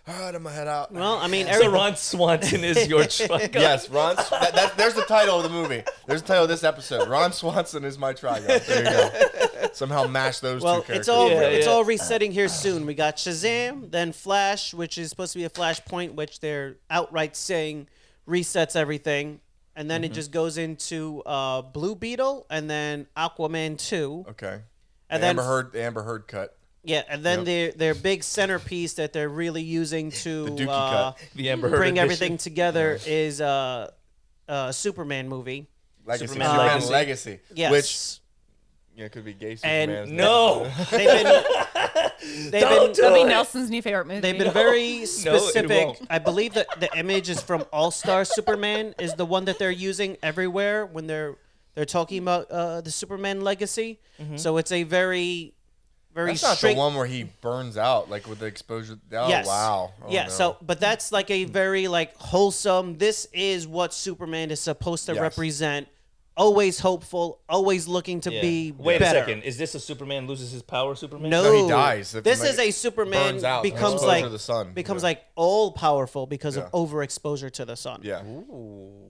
all right, I'm gonna head out.
Well, I mean,
So
every,
Ron Swanson is your Trigon.
Yes, Ron. Sw- that, that, there's the title of the movie. There's the title of this episode. Ron Swanson is my Trigon. There you go. Somehow mash those
well,
two characters.
it's all
Yeah,
it's
yeah.
all resetting here soon. We got Shazam, then Flash, which is supposed to be a Flashpoint, which they're outright saying resets everything, and then
Mm-hmm.
it just goes into uh, Blue Beetle, and then Aquaman two,
okay.
and
the
then
Amber Heard, the Amber Heard cut.
yeah, and then their their big centerpiece that they're really using to
Dookie
uh,
cut.
The Amber Heard
bring
edition.
everything together is uh, a Superman movie.
Legacy.
Superman
Superman
Legacy.
Legacy.
Yes.
Which you know, could be gay Superman.
And
isn't it?
No.
They've been, they've
Don't
been,
do
That'd be
it.
Nelson's new favorite movie.
They've been very
won't.
specific. I believe that the image is from All Star Superman is the one that they're using everywhere when they're they're talking about uh, the Superman legacy. So it's a very very
Mm-hmm. That's not
strict.
the one where he burns out, like with the exposure. Oh,
yes.
wow. Oh,
yeah.
no. Hmm.
So, but that's like a very like wholesome. This is what Superman is supposed to
Yes.
represent. Always hopeful. Always looking to
Yeah.
be
Wait
better.
a second. Is this a Superman loses his power Superman?
No,
No, he dies. If
This
he
is a Superman
burns out,
becomes
exposure
like
to the sun.
becomes
Yeah.
like all powerful because
Yeah.
of overexposure to the sun.
Yeah.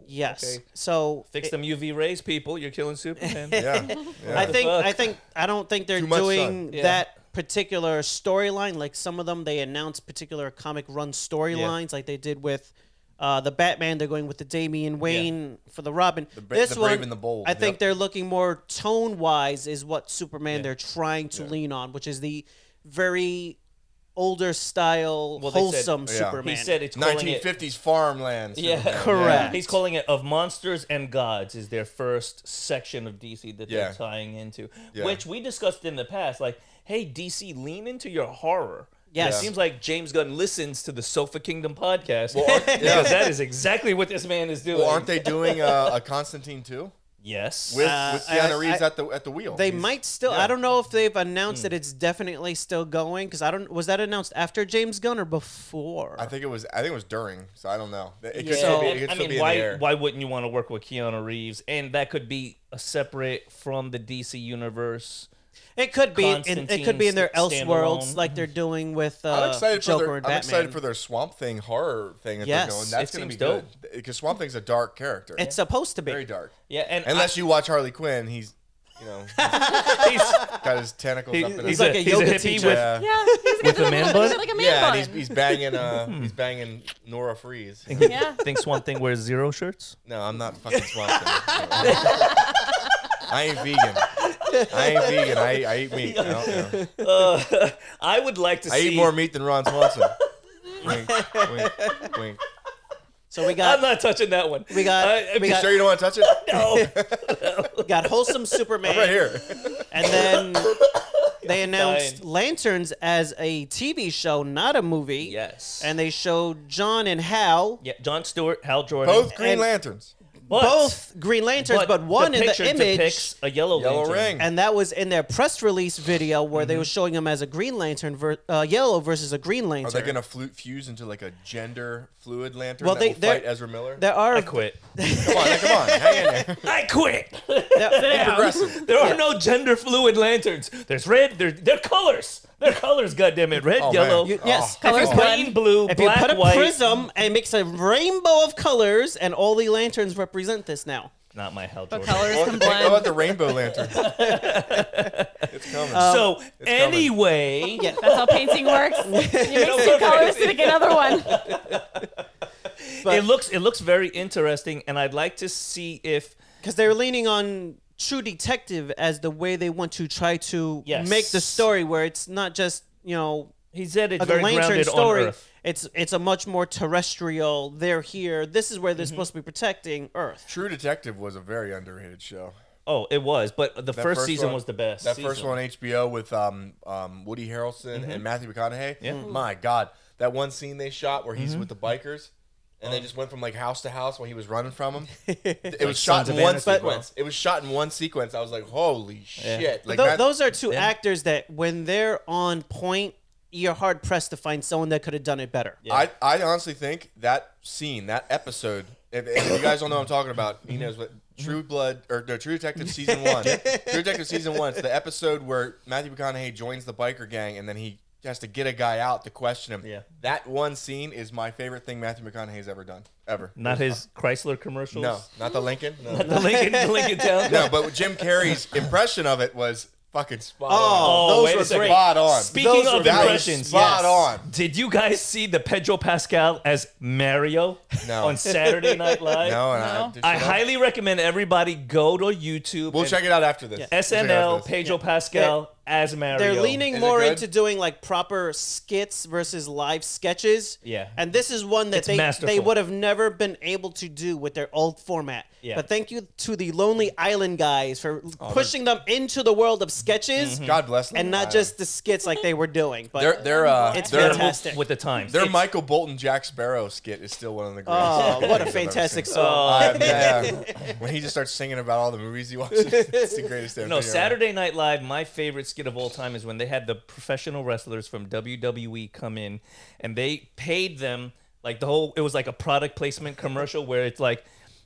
Yes. So
Fix
it-
them UV rays, people. You're killing Superman.
Yeah. yeah.
I think
fuck?
I think I don't think they're
Too much sun.
doing
Yeah.
that particular storyline. Like some of them, they announce particular comic run storylines, like they did with. Uh, the Batman, they're going with the Damian Wayne for the Robin.
Bra-
this
the
one,
Brave and the Bold,
I think
yep.
they're looking more tone wise, is what Superman they're trying to lean on, which is the very older style,
Well, they said-
wholesome
Yeah.
Superman.
He said it's calling it.
1950s farmlands.
Yeah,
Correct.
He's calling it "Of Monsters and Gods" is their first section of DC that
Yeah.
they're tying into,
Yeah.
which we discussed in the past. Like, hey, DC, lean into your horror. Yeah, It
Yes.
seems like James Gunn listens to the Sofa Kingdom podcast
Well, aren't-
because
yeah.
that is exactly what this man is doing.
Well, aren't they doing a, a Constantine too?
Yes.
With,
Uh,
with Keanu
I-
Reeves
I-
at the at the wheel.
They
He's-
might still.
yeah.
I don't know if they've announced
Hmm.
that it's definitely still going because I don't. Was that announced after James Gunn or before?
I think it was. I think it was during. So I don't know. It could
Yeah.
still be.
So,
It could
I
still be
mean,
in the
why
air.
why wouldn't you want to work with Keanu Reeves? And that could be a separate from the DC universe
It could be. In, it could be in their
Constantine st-
Elseworlds,
standalone.
like they're doing with uh,
I'm excited
Joker
for their,
and
I'm
Batman.
excited for their Swamp Thing horror thing that
Yes,
they're going. That's
it
gonna be
seems
good because Swamp Thing's a dark character.
it's supposed to be.
very dark.
Yeah, and
Unless you watch Harley Quinn, he's you know
I, he's,
got his tentacles
he-
up in
he's
his
like
a,
a
he's
yoga
a hippie
teacher.
with
yeah.
Yeah, he's
With a
got
man
like
bun?
He's got like a man
Yeah,
bun.
and he's, he's banging uh
Hmm.
he's banging Nora Freeze.
yeah.
thinks one thing wears zero shirts.
No, I'm not fucking Swamp Thing. I ain't vegan. I ain't vegan. I, I eat meat. I, don't, know.
Uh, I would like to
I
see.
eat more meat than Ron Swanson. wink, wink, wink.
So we
I'm
got
not touching that one. Uh, oh.
We got-
I- I
we
mean,
You
got-
sure you don't want to touch it?
no.
we got wholesome Superman
I'm right here.
and then they announced
dying.
Lanterns as a TV show, not a movie.
Yes.
And they showed John and Hal,
Yeah, John Stewart, Hal Jordan,
Both Green
And-
Lanterns.
but,
both Green Lanterns, but, one
the
in
picture
the image.
depicts a yellow
Yellow
lantern.
ring.
And that was in their press release video where
Mm-hmm.
they were showing him as a Green Lantern, ver- uh, yellow versus a Green Lantern.
Are they gonna flu- fuse into like a gender fluid lantern
Well,
that
they-
will
they're-
fight Ezra Miller?
There are
I quit.
Come on, come on, hang in there.
I quit.
there-
Progressive.
There are no gender fluid lanterns. There's red. They're, they're colors. They're colors. Goddamn it. Red,
Oh,
yellow,
man.
You- yes,
Oh,
if
Colors
you put,
blend.
green, blue,
if you
black,
put a
white.
prism and makes a rainbow of colors, and all the lanterns represent this now.
Not my Hal
But
Jordan.
colors
What
can
about the- What about
blend.
the rainbow lantern? it's coming.
Uh,
So
coming.
anyway,
Yeah.
That's how painting works. You mix two colors to make another one.
But-
it looks it looks very interesting, and I'd like to see if
because they're leaning on True Detective as the way they want to try to
Yes.
make the story, where it's not just you know
he said it's
a
very
lantern
grounded on
story.
Earth.
It's it's a much more terrestrial. They're here. This is where they're
Mm-hmm.
supposed to be protecting Earth.
True Detective was a very underrated show.
Oh, it was, but the
That
first, season
one-
was the best.
That first
season. Mm-hmm.
one on HBO with um, um, Woody Harrelson and Matthew McConaughey.
Yeah. Mm-hmm.
My God, that one scene they shot where he's with the bikers. And they
Oh.
just went from like house to house when he was running from them. It was shot
Sons
in
of
one
Anarchy.
sequence. It was shot in one sequence. I was like, "Holy shit!" Like
Tho-
Matt-
those are two actors that when they're on point, you're hard pressed to find someone that could have done it better.
I, I honestly think that scene, that episode, if, if you guys don't know what I'm talking about, he knows what True Blood or no, True Detective season one. True Detective season one. It's the episode where Matthew McConaughey joins the biker gang and then he has to get a guy out to question him.
Yeah.
That one scene is my favorite thing Matthew McConaughey's ever done. Ever.
Not his Chrysler commercials.
No, not the Lincoln. No.
The Lincoln, the Lincoln Town.
no, but Jim Carrey's impression of it was fucking spot
Oh,
on.
Oh,
Those
wait a
were
second.
spot on.
Speaking
Those
of
were-
that was
impressions,
spot
yes.
on.
did you guys see the Pedro Pascal as Mario
No.
on Saturday Night Live?
No, and
No.
I,
I highly recommend everybody go to YouTube.
We'll
and
check it out after this. We'll check it out after
SNL
this.
Pedro Pascal as Mario.
They're leaning
Is it
more
good?
into doing like proper skits versus live sketches.
Yeah.
And this is one that they they
masterful.
would have never been able to do with their old format.
Yeah.
But thank you to the Lonely Island guys
Oh,
for pushing them into the world of sketches
Mm-hmm. God bless them.
and not
I-
just the skits like they were doing. But
Their their uh
It's
their,
fantastic.
with the times. Uh,
their
It's-
Michael Bolton Jack Sparrow skit is still one of the greatest.
oh,
things
what a
I've ever
fantastic
seen.
song.
Uh, yeah. When he just starts singing about all the movies he watches, it's the greatest thing.
No, Saturday Night Live, my favorite skit of all time is when they had the professional wrestlers from WWE come in and they paid them like the whole it was like a product placement commercial where it's like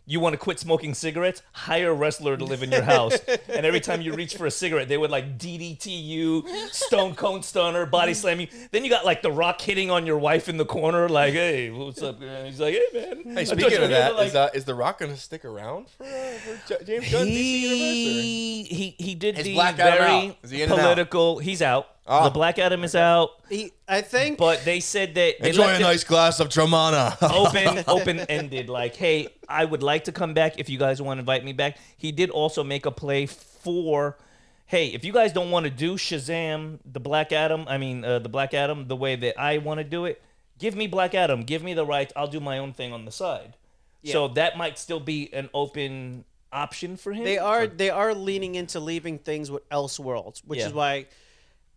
you want to quit smoking cigarettes? Hire a wrestler to live in your house. and every time you reach for a cigarette, they would like DDT you, Stone Cold Stunner, body slam you. Then you got like The Rock hitting on your wife in the corner, like, hey, what's up? girl?" He's like, hey, man. I
Hey,
thought
speaking
you were
of that,
gonna, like-
is uh, is The Rock gonna stick around for, uh, for J- James Gunn DC Universe?
he he he did
Is
the
Black Adam
very
out? Is he in and out?
political. He's out.
Ah.
the Black Adam is out.
He- I think
But they said that
Or?
they
Enjoy
left
a
it
nice glass of Dramana.
open open ended. Like, hey, I would like to come back if you guys want to invite me back. He did also make a play for. Hey, if you guys don't want to do Shazam, the Black Adam, I mean, uh, the Black Adam, the way that I want to do it, give me Black Adam, give me the rights. I'll do my own thing on the side. So that might still be an open option for him.
They are they are leaning into leaving things with Elseworlds, which
Yeah.
is why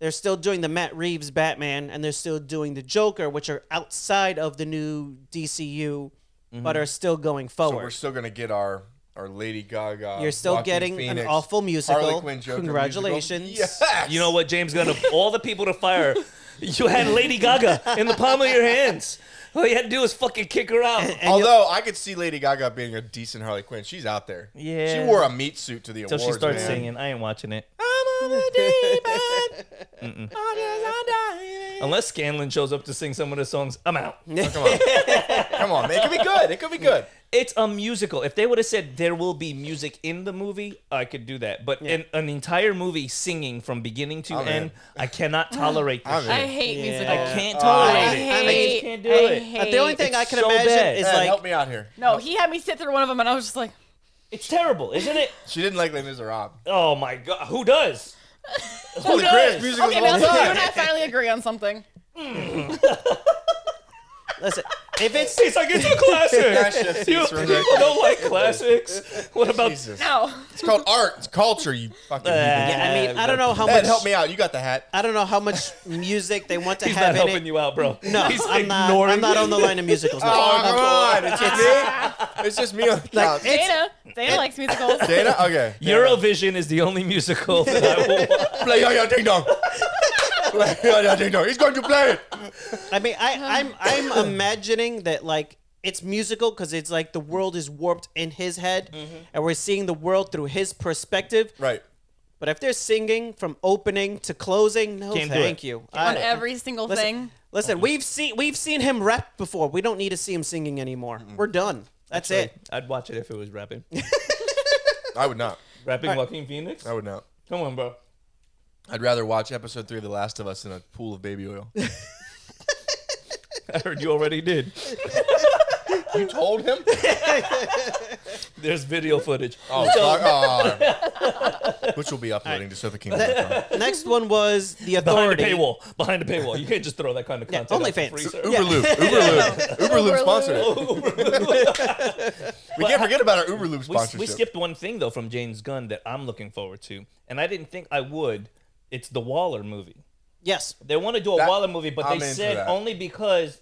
they're still doing the Matt Reeves Batman and they're still doing the Joker, which are outside of the new DCU, but
Mm-hmm.
are still going
So we're
forward.
still gonna get our our Lady Gaga.
You're still
Joaquin
getting
Phoenix,
an awful musical.
Harley Quinn Joker musical.
Congratulations.
Yes.
You know what, James Gunn, of all the people to fire, you had Lady Gaga in the palm of your hands. All you had to do was fucking kick her out.
Although I could see Lady Gaga being a decent Harley Quinn, she's out there.
Yeah.
she wore a meat suit to the awards.
Until she starts
man.
singing. I ain't watching it. I'm a demon. I'm just a demon. Unless Scanlon shows up to sing some of the songs, I'm out.
Come on, come on, man. It could be good. It could be good.
It's a musical. If they would have said there will be music in the movie, I could do that. But an, an entire movie singing from beginning to
I'm in.
end, I cannot tolerate this.
I'm
shit.
in.
I hate
Yeah.
musicals.
I
Oh,
can't
I
tolerate it.
hate.
I just can't do
I
it.
hate-
the only thing I can
so
imagine
bad.
is
Ed,
like
help me out here.
No, he had me sit through one of them, and I was just like,
It's terrible, isn't it?
She didn't like Les Miserables.
Oh my god, who does?
Who the greatest musicals
"Okay,
of
now
all
so you
time.
and I finally agree on something."
listen, if it's
It's like it's a
That
classic.
shit
You
seems familiar.
people don't like classics. What about
Jesus.
No,
It's called art. It's culture. You fucking. heathen.
yeah, I mean, I don't know how
Ed,
much
help me out. You got the hat.
I don't know how much music they want to
He's
have
not
in it.
helping you out, bro.
No,
He's
I'm not.
ignoring
I'm not on the line of musicals. No.
Oh, come on. It's just me. It's just me on the couch.
it's-
Dana. Dana likes musicals.
Dana? Okay.
Eurovision is the only musical that I will watch.
Play yo yo ding dong. Play yo yo ding dong. He's going to play it.
I mean, I, I'm I'm imagining that like it's musical because it's like the world is warped in his head,
Mm-hmm.
and we're seeing the world through his perspective.
Right.
But if they're singing from opening to closing, no,
Can't do
thank
it.
you. I-
on every single
listen,
thing.
Listen, we've seen we've seen him rap before. We don't need to see him singing anymore. We're done. That's it.
I'd watch it if it was rapping.
I would not.
rapping Joaquin Phoenix?
I would not.
Come on, bro.
I'd rather watch episode three of The Last of Us in a pool of baby oil.
I heard you already did.
You told him?
There's video footage.
Oh, fuck. Aw. Which will be uploading to SofaKingdom.com.
Next one was the
Behind
authority.
the paywall. Behind the paywall. You can't just throw that kind of content. out for
OnlyFans.
free, sir.
Uber Loop. Uber Loop. Uber Loop sponsored it. We can't forget about our Uber Loop
we, we
sponsorship.
skipped one thing though from James Gunn that I'm looking forward to, and I didn't think I would. It's the Waller movie.
Yes.
They want to do a
That-
Waller movie, but
I'm
they
into
said
that.
only because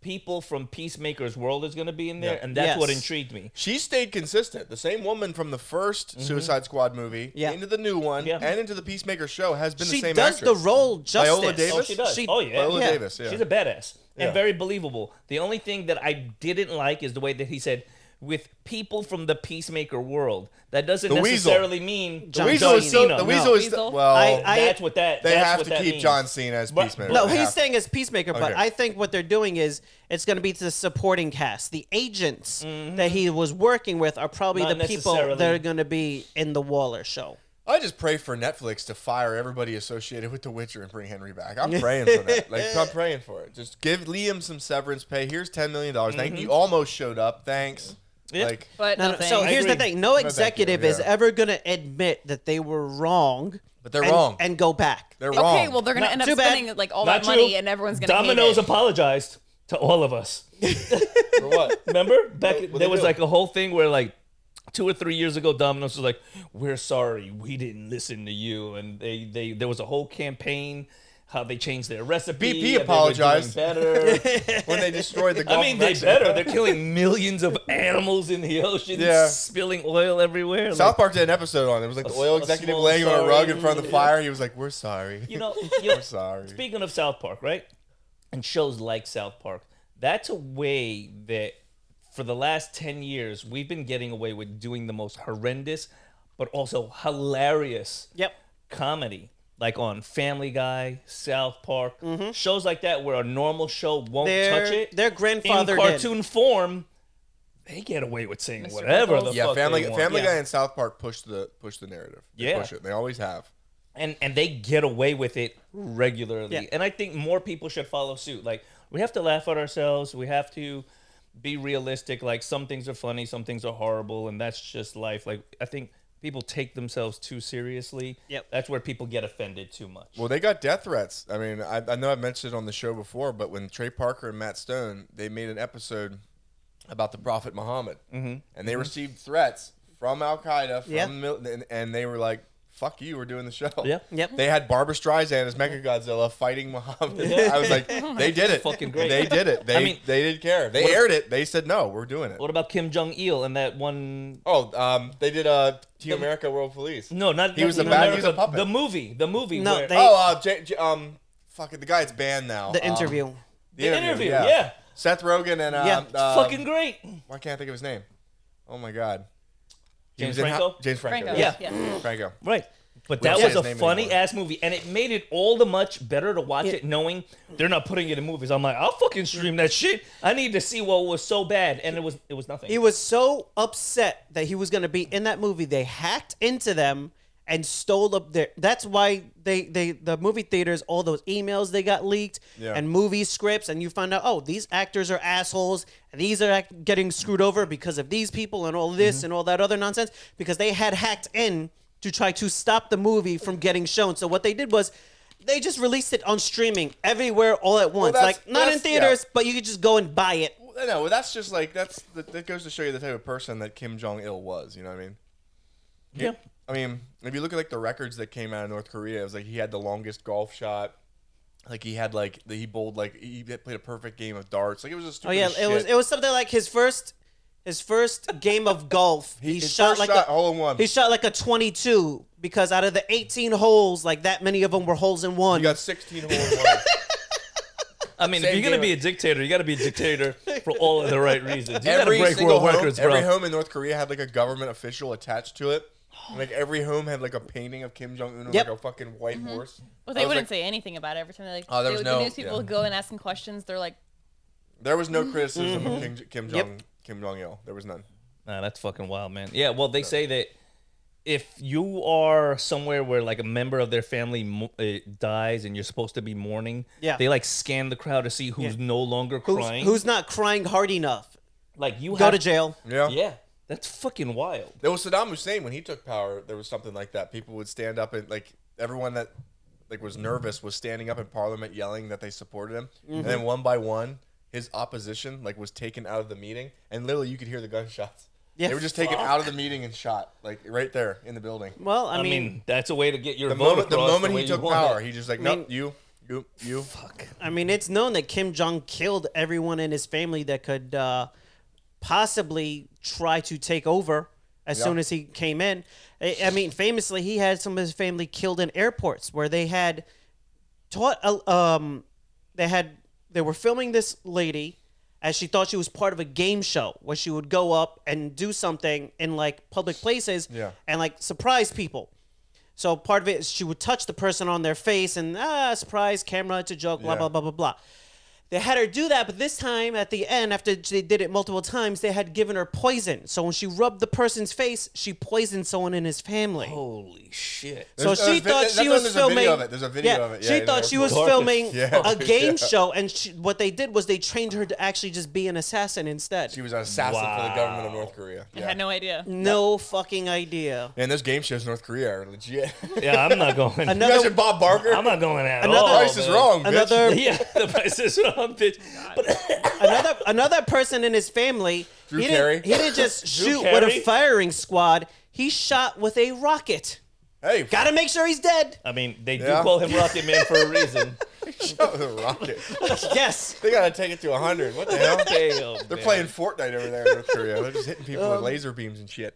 people from Peacemaker's world is going to be in there,
Yeah.
and that's what
Yes.
intrigued me.
She stayed consistent. The same woman from the 1st Suicide Squad movie
Yeah.
into the new one
Yeah.
and into the Peacemaker show has been
She
the same
does
actress.
the role justice.
Viola Davis?
Oh, she does.
She-
oh yeah.
Viola
Yeah.
Davis, yeah.
She's a badass
Yeah.
and very believable. The only thing that I didn't like is the way that he said with people from the Peacemaker world. That doesn't
The Weasel.
necessarily mean
The
the Weasel is so,
John
the
Cena.
Weasel
No.
is
Weasel?
well.
I- I-
That's what that.
they
that's
have
what
to
that
keep
means.
John Cena as
But-
Peacemaker.
No,
They
he's
have to.
saying it's Peacemaker, but
Okay.
I think what they're doing is it's going to be the supporting cast. The agents
Mm-hmm.
that he was working with are probably
Not
the people that
necessarily.
are going to be in the Waller show.
I just pray for Netflix to fire everybody associated with The Witcher and bring Henry back. I'm praying for that. Like I'm praying for it. Just give Liam some severance pay. Here's ten million dollars. Thank you. Almost showed up. Thanks.
Mm-hmm. Yeah.
Like
But
No, no,
nothing.
so here's the
agree.
thing: no
thank you,
executive is
yeah.
ever going to admit that they were wrong,
But they're
and-
wrong.
and go back.
they're wrong.
okay, well they're gonna
Not
end up
too bad.
spending like all
Not
that money,
true.
and everyone's gonna.
Domino's
hate it.
apologized to all of us.
for what?
Remember back
What- what
there
they
was
do?
like a whole thing where like two or three years ago Domino's was like, "We're sorry, we didn't listen to you," and they they there was a whole campaign how they changed their recipe. and
BP
they were doing
apologized.
Better.
when they destroyed the. Gulf
I
of
mean, they
Mexico.
better. They're killing millions of animals in the ocean,
Yeah.
spilling oil everywhere.
South
like,
Park did an episode on. it. It was like the
A-
oil
a
executive
small
laying on a
sorry.
rug in front of the fire. He was like, "We're sorry.
you know, you know
We're sorry."
Speaking of South Park, right? And shows like South Park, that's a way that for the last 10 years we've been getting away with doing the most horrendous but also hilarious
Yep.
comedy. Like on Family Guy, South Park, shows like that where a normal show
Mm-hmm.
won't
Their-
touch it.
their grandfather
in
did.
cartoon form, they get away with saying whatever the
Pickles.
yeah,
fuck
Family
they want.
Family
Yeah.
Guy and South Park push the push the narrative. They
Yeah.
push it. They always have.
and and they get away with it regularly.
Yeah.
And I think more people should follow suit. Like we have to laugh at ourselves. We have to be realistic. Like some things are funny, some things are horrible, and that's just life. Like I think people take themselves too seriously.
Yep.
That's where people get offended too much.
Well, they got death threats. I mean, I, I know I've mentioned it on the show before, but when Trey Parker and Matt Stone they made an episode about the Prophet Muhammad,
Mm-hmm.
and they received threats from Al Qaeda, from
Yeah.
mil- and, and they were like, "Fuck you, we're doing the show."
Yeah.
Yep.
They had Barbara Streisand as Mecha Godzilla fighting Muhammad. I was like, "They did it.
Fucking great.
They did it. They
mean-
they didn't care. They
What-
aired it. They said no, we're doing it."
what about Kim Jong Il and that one?
Oh, um, they did uh, Team America World Police.
No, not
He was
not
a bad- he was
America,
a puppet.
The movie, the movie.
No,
where,
they-
Oh, uh, J- J- um, fuck it, the guy that's banned now.
The
Um,
interview.
the interview, yeah.
Seth Rogen and uh,
Yeah.
um,
fucking great.
Why can't I think of his name? Oh my god. He
James
was in
Franco?
James Franco.
Franco.
yes.
Yeah.
Franco.
Right. But
don't
that
say
was
his
a
name
funny
anymore.
ass movie, and it made it all the much better to watch
Yeah.
it knowing they're not putting it in movies. I'm like, I'll fucking stream that shit. I need to see what was so bad, and it was it was nothing.
He was so upset that he was going to be in that movie. They hacked into them and stole up their. That's why they they the movie theaters all those emails they got leaked
Yeah.
and movie scripts and you find out oh these actors are assholes and these are act- getting screwed over because of these people and all
Mm-hmm.
this and all that other nonsense because they had hacked in to try to stop the movie from getting shown. So what they did was. They just released it on streaming everywhere all at once.
that's-
like not in
that's- yeah.
theaters, but you could just go and buy it.
Well, no, well, that's just like that's that, that goes to show you the type of person that Kim Jong Il was. You know what I mean?
yeah.
I mean, if you look at like the records that came out of North Korea, it was like he had the longest golf shot. Like he had like the, he bowled like he played a perfect game of darts. Like it was just
Oh yeah, it was it was something like his first his first game of golf. He,
his
shot
first
like
shot,
a
hole in one.
He shot like a 22 because out of the 18 holes, like that many of them were holes in one.
You got 16 hole in one.
I mean, if
Same
you're gonna
game.
be a dictator, you gotta be a dictator for all of the right reasons. You
every
gotta break
single
world
home,
records, bro.
every home in North Korea had like a government official attached to it. And, like every home had like a painting of Kim Jong Un with
Yep.
like a fucking white horse.
Mm-hmm. Well,
I
they
was
wouldn't
like-
say anything about it every time they like.
Oh, there
they,
was
the
no-
news people
yeah.
go and asking questions. They're like,
There was no criticism of
Mm-hmm.
Kim, Kim Jong Kim Jong Il. There was none.
Nah, that's fucking wild, man. Yeah, well, they say that if you are somewhere where like a member of their family mo- uh, dies and you're supposed to be mourning,
Yeah.
they like scan the crowd to see who's no longer
who's,
crying.
who's not crying hard enough?
like you
Go
have
to jail.
Yeah.
Yeah, that's fucking wild.
There was Saddam Hussein when he took power. There was something like that. People would stand up and like everyone that like was nervous was standing up in Parliament yelling that they supported him. And
Mm-hmm.
then one by one, his opposition like was taken out of the meeting, and literally you could hear the gunshots.
Yeah.
They were just taken out of the meeting and shot like right there in the building.
Well, I,
I mean,
mean,
that's a way to get your
The
vote
moment the
across
moment
way
he
you
took
want
power,
it.
he's just like,
mean-
nope, you, you, you. Fuck.
I mean, it's known that Kim Jong killed everyone in his family that could uh, possibly try to take over as
Yeah.
soon as he came in. I, I mean, famously, he had some of his family killed in airports where they had taught. uh, Um, they had they were filming this lady as she thought she was part of a game show where she would go up and do something in like public places
Yeah.
and like surprise people. So part of it is she would touch the person on their face and ah surprise camera it's a joke blah
Yeah.
blah blah blah blah. They had her do that, but this time at the end, after they did it multiple times, they had given her poison. So when she rubbed the person's face, she poisoned someone in his family.
Holy shit!
So
There's-
she
there's vi-
thought
that's
she
why
was
there's a video
filming.
of it. There's a video of it. Yeah,
she
in
thought
the
she was
airport.
filming
Yeah.
a game
Yeah.
show, and she, what they did was they trained her to actually just be an assassin instead.
She was an assassin for the government of North Korea.
I had no idea.
no fucking idea.
Man, those game shows in North Korea are legit. you
Yeah, I'm not going.
Another-
guys are Bob Barker.
I'm not going at
Another-
all.
Price is
man.
wrong. bitch.
Another
Yeah, the price is wrong, bitch. But
another another person in his family.
Drew
he
Carey?
didn't he didn't just shoot with
Carey?
a firing squad. He shot with a rocket.
Hey,
Got to make sure he's dead.
I mean, they
Yeah.
do call him Rocket Man for a reason.
shot with a rocket.
Yes.
They gotta take it to hundred. What the hell?
Damn,
They're
man.
playing Fortnite over there in North Korea. They're just hitting people with laser beams and shit.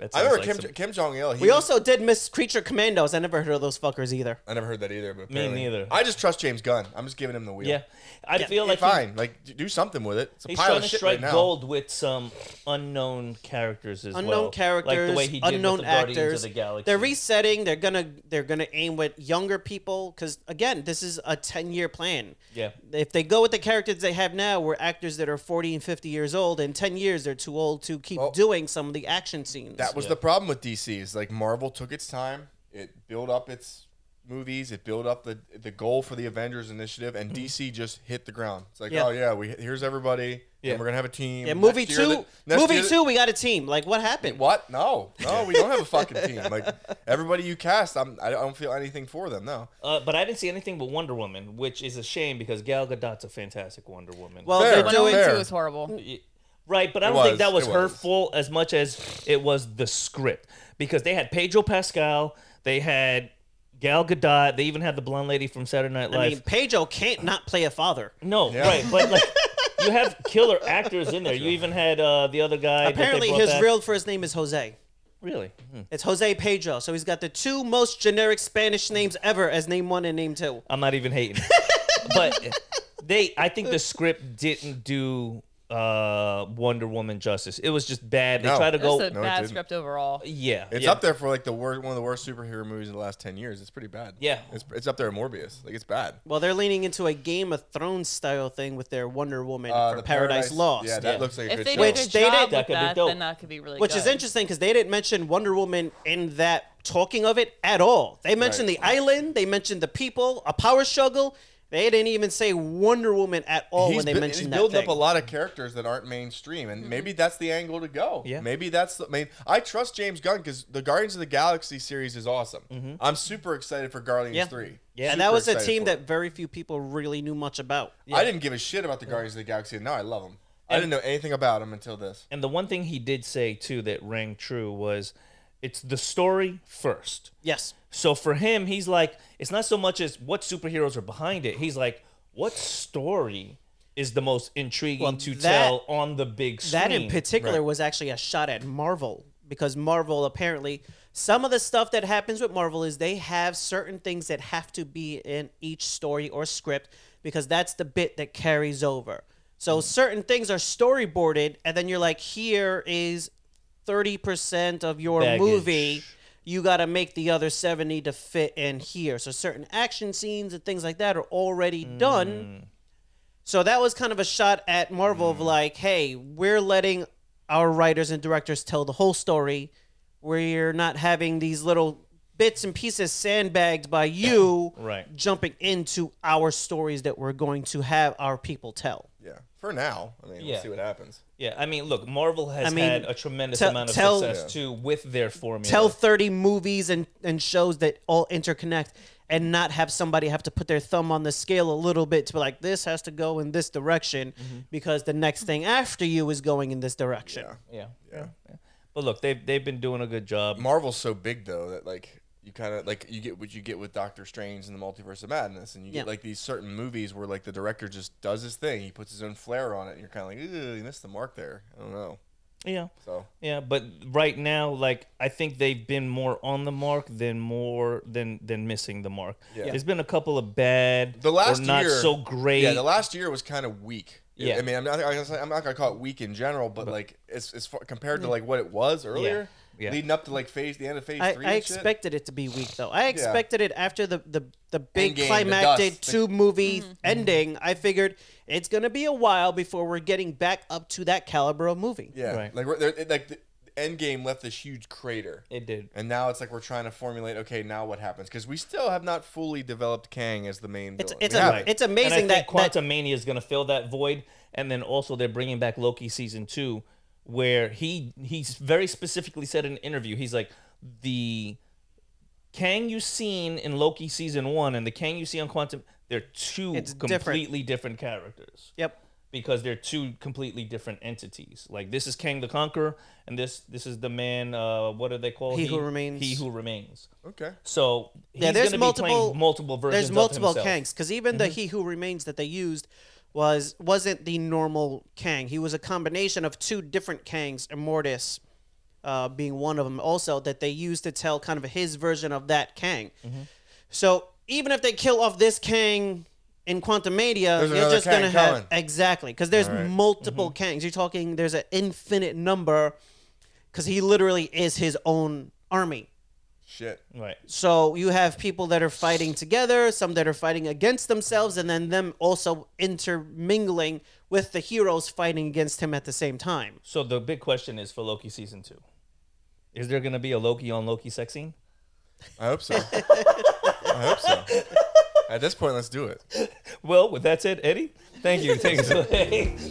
That
I
Um, sounds
remember
like
Kim,
some-
Kim Jong Il.
We also did Miss Creature Commandos. I never heard of those fuckers either.
I never heard that either. But
Me
apparently-
neither.
I just trust James Gunn. I'm just giving him the wheel.
Yeah, I feel
Like
like he-
fine. like d- do something with it. It's a
he's
pile
trying
of
to
shit
strike
right now.
gold with some unknown characters as well.
unknown characters,
like the way he did
unknown
with the
actors.
Guardians of the Galaxy.
They're resetting. They're gonna they're gonna aim with younger people because again, this is a ten year plan.
Yeah.
If they go with the characters they have now, we're actors that are forty and fifty years old. In ten years, they're too old to keep
Well,
doing some of the action scenes.
That was the problem with DC. Is like Marvel took its time. It built up its movies. It built up the the goal for the Avengers initiative, and DC just hit the ground. It's like,
Mm-hmm. Yeah.
oh yeah, we here's everybody.
Yeah.
And we're gonna have a team.
yeah, movie
Next
two.
year the- next
movie
year the-
two, we got a team. Like what happened?
What? No, no, we don't have a fucking team. Like everybody you cast, I'm, I don't feel anything for them. No,
Oh,
Uh, but I didn't see anything but Wonder Woman, which is a shame because Gal Gadot's a fantastic Wonder Woman.
Well,
Fair.
they're
One
doing.
Fair.
and two is horrible.
right, but I don't
was,
think that was
it
her
was.
fault as much as it was the script because they had Pedro Pascal, they had Gal Gadot, they even had the blonde lady from Saturday Night
I
Live.
mean, Pedro can't not play a father.
no,
Yeah.
right, but like. You have killer actors in there. You even had uh, the other guy. that they
Apparently,
brought
his
back.
real first name is Jose.
really. Hmm.
It's Jose Pedro. So he's got the two most generic Spanish names ever as name one and name two.
I'm not even hating. but they I think the script didn't do uh, Wonder Woman Justice. It was just bad. They
No.
tried to
It was
go.
a
No, it
bad
didn't.
script overall.
yeah,
It's
yeah.
up there for like the worst, one of the worst superhero movies in the last ten years. It's pretty bad.
Yeah.
it's, it's up there in Morbius. Like it's bad.
Well, they're leaning into a Game of Thrones style thing with their Wonder Woman
Uh,
for
the
Paradise, Lost,
Yeah, that
yeah.
looks like a
If
good
they
show.
did a
Which
good
they
job
did.
That
with that,
could be dope.
then that could be really
which
good.
is interesting because they didn't mention Wonder Woman in that talking of it at all. They mentioned
Right.
the island, they mentioned the people, a power struggle. They didn't even say Wonder Woman at all
He's
Oh, when they
bu-
mentioned
he's
that
built
thing.
up a lot of characters that aren't mainstream, and maybe that's the angle to go.
Yeah.
Maybe that's the main. I trust James Gunn because the Guardians of the Galaxy series is awesome. I'm super excited for Guardians
Mm-hmm. Yeah.
Three.
Yeah.
and
Super
that was a
excited
team
for it.
that very few people really knew much about.
I didn't give a shit about the Guardians of the Galaxy, and now I love them. I
And-
didn't know anything about them until this.
And the one thing he did say too that rang true was, it's the story first.
Yes.
So for him, he's like, it's not so much as what superheroes are behind it. He's like, what story is the most intriguing
Well,
to
that-
tell on the big screen?
That in particular was actually a shot at Marvel because Marvel apparently some of the stuff that happens with Marvel is they have certain things that have to be in each story or script because that's the bit that carries over. So
Mm.
certain things are storyboarded and then you're like here is 30% of your
Baggage.
movie you got to make the other 70 to fit in here. So certain action scenes and things like that are already
Mm.
done. So that was kind of a shot at Marvel of like, hey, we're letting our writers and directors tell the whole story. We're not having these little bits and pieces sandbagged by you
Right.
jumping into our stories that we're going to have our people tell.
Yeah, for now. I mean,
Yeah.
we'll see what happens.
Yeah, I mean, look, Marvel has
I mean,
had a tremendous
tell-
amount of
tell-
success
Yeah.
too with their formula.
Tell 30 movies and, and shows that all interconnect and not have somebody have to put their thumb on the scale a little bit to be like, this has to go in this direction because the next thing after you is going in this direction.
Mm-hmm. Yeah.
yeah, yeah. But look, they've they've been doing a good job.
Marvel's so big though that like you kind of like you get what you get with Doctor Strange and the Multiverse of Madness, and you
Yeah.
get like these certain movies where like the director just does his thing, he puts his own flair on it, and you're kind of like, ooh, you missed the mark there. I don't know.
Yeah,
So
yeah. But right now, like, I think they've been more on the mark than more than than missing the mark.
Yeah.
There's been a couple of bad,
the last
or not
year,
so great.
Yeah, the last year was kind of weak.
Yeah.
I mean, I'm not, I'm not gonna- I'm not gonna call it weak in general, but, like it's, it's far, compared to like what it was earlier,
Yeah.
leading up to like phase the end of phase
I,
three.
I
and shit.
expected it to be weak though. I expected it after the the, the big
Endgame, the
climactic
dust, Mm-hmm. the-
two movie ending. I figured it's gonna be a while before we're getting back up to that caliber of movie.
Yeah,
Right.
like we're, there- it, like the Endgame left this huge crater.
it did.
And now it's like we're trying to formulate. Okay, now what happens? Because we still have not fully developed Kang as the main.
It's
villain.
it's
We
a,
haven't.
it's
And I
amazing
think
that, that
Quantum Mania is going to fill that void, and then also they're bringing back Loki season two, where he he's very specifically said in an interview, he's like the Kang you seen in Loki season one and the Kang you see on Quantum, they're two
It's different.
completely different characters
yep.
because they're two completely different entities. Like this is Kang the Conqueror, and this this is the man. Uh, what are they called?
He who remains.
He who remains.
okay.
So he's
Yeah, there's
gonna be
multiple
playing multiple versions.
There's multiple
of himself. Mm-hmm.
Kangs because even the He Who Remains that they used was wasn't the normal Kang. He was a combination of two different Kangs, Immortus uh, being one of them. Also, that they used to tell kind of his version of that Kang.
Mm-hmm.
So even if they kill off this Kang in Quantum Media,
There's
you're
another
just
Kang
gonna
coming.
have exactly because there's multiple
Mm-hmm.
Kangs. You're talking there's an infinite number because he literally is his own army.
Shit.
Right.
So you have people that are fighting together, some that are fighting against themselves, and then them also intermingling with the heroes fighting against him at the same time.
So the big question is for Loki season two. Is there gonna be a Loki on Loki sex scene?
I hope so. I hope so. At this point, let's do it.
Well, with that said, Eddie, thank you. Thank you,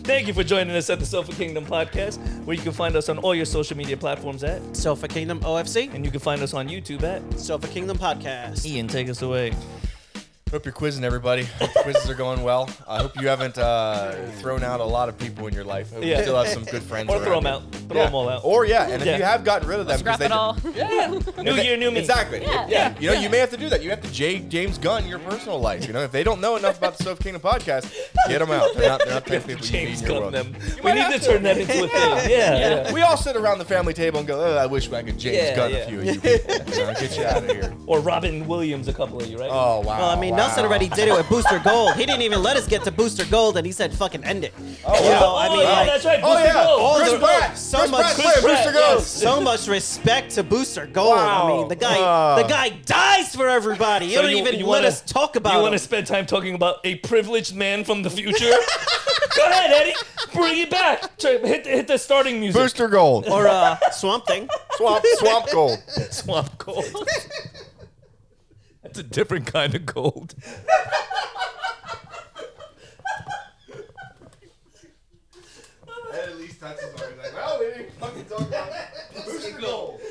thank you for joining us at the Sofa Kingdom podcast, where you can find us on all your social media platforms at,
Sofa Kingdom OFC,
and you can find us on YouTube at.
Sofa Kingdom Podcast.
Ian, take us away.
Hope you're quizzing everybody. Hope the quizzes are going well. I hope you haven't uh, thrown out a lot of people in your life. Hope
Yeah.
you still have some good friends.
Or throw
around.
them out. Throw
Yeah.
them all out.
Or yeah, and if
Yeah.
you have gotten rid of them, 'cause
Scrap
they
it all.
new year, new me.
Exactly. Yeah.
Yeah.
You know, you may have to do that. You have to J- James Gunn your personal life. You know, if they don't know enough about the Soap Kingdom podcast, get them out. They're not, they're not the type of people you need
James
in your
Gunn
world.
them. We
might
need
have
to
to.
turn that into a thing. Yeah. yeah.
We all sit around the family table and go, oh, I wish I could James
Yeah,
Gunn
yeah.
a few of you people. You know, get you out of here.
Or Robin Williams, a couple of you, right?
Oh, wow.
Well, I mean, Nelson already did it with Booster Gold. He didn't even let us get to Booster Gold, and he said, "Fucking end it." Oh,
yeah. Oh, yeah, that's right.
Oh
Booster
yeah,
Gold.
all
Chris
the-
Pratt.
so
Chris
much-
Pratt playing
Chris
Booster
Pratt,
Gold.
yes.
So much respect to Booster Gold. I
Wow.
mean, the guy,
Wow.
the guy dies for everybody. You
So
don't even let
wanna-
us talk about
You
it.
want to spend time talking about a privileged man from the future? Go ahead, Eddie. Bring it back. Try- Hit, hit the starting music.
Booster Gold.
or uh, Swamp Thing.
Swamp Swamp Gold.
Swamp gold. That's a different kind of gold.
At least touches on. He's like, well, we didn't fucking talk about Booster Gold.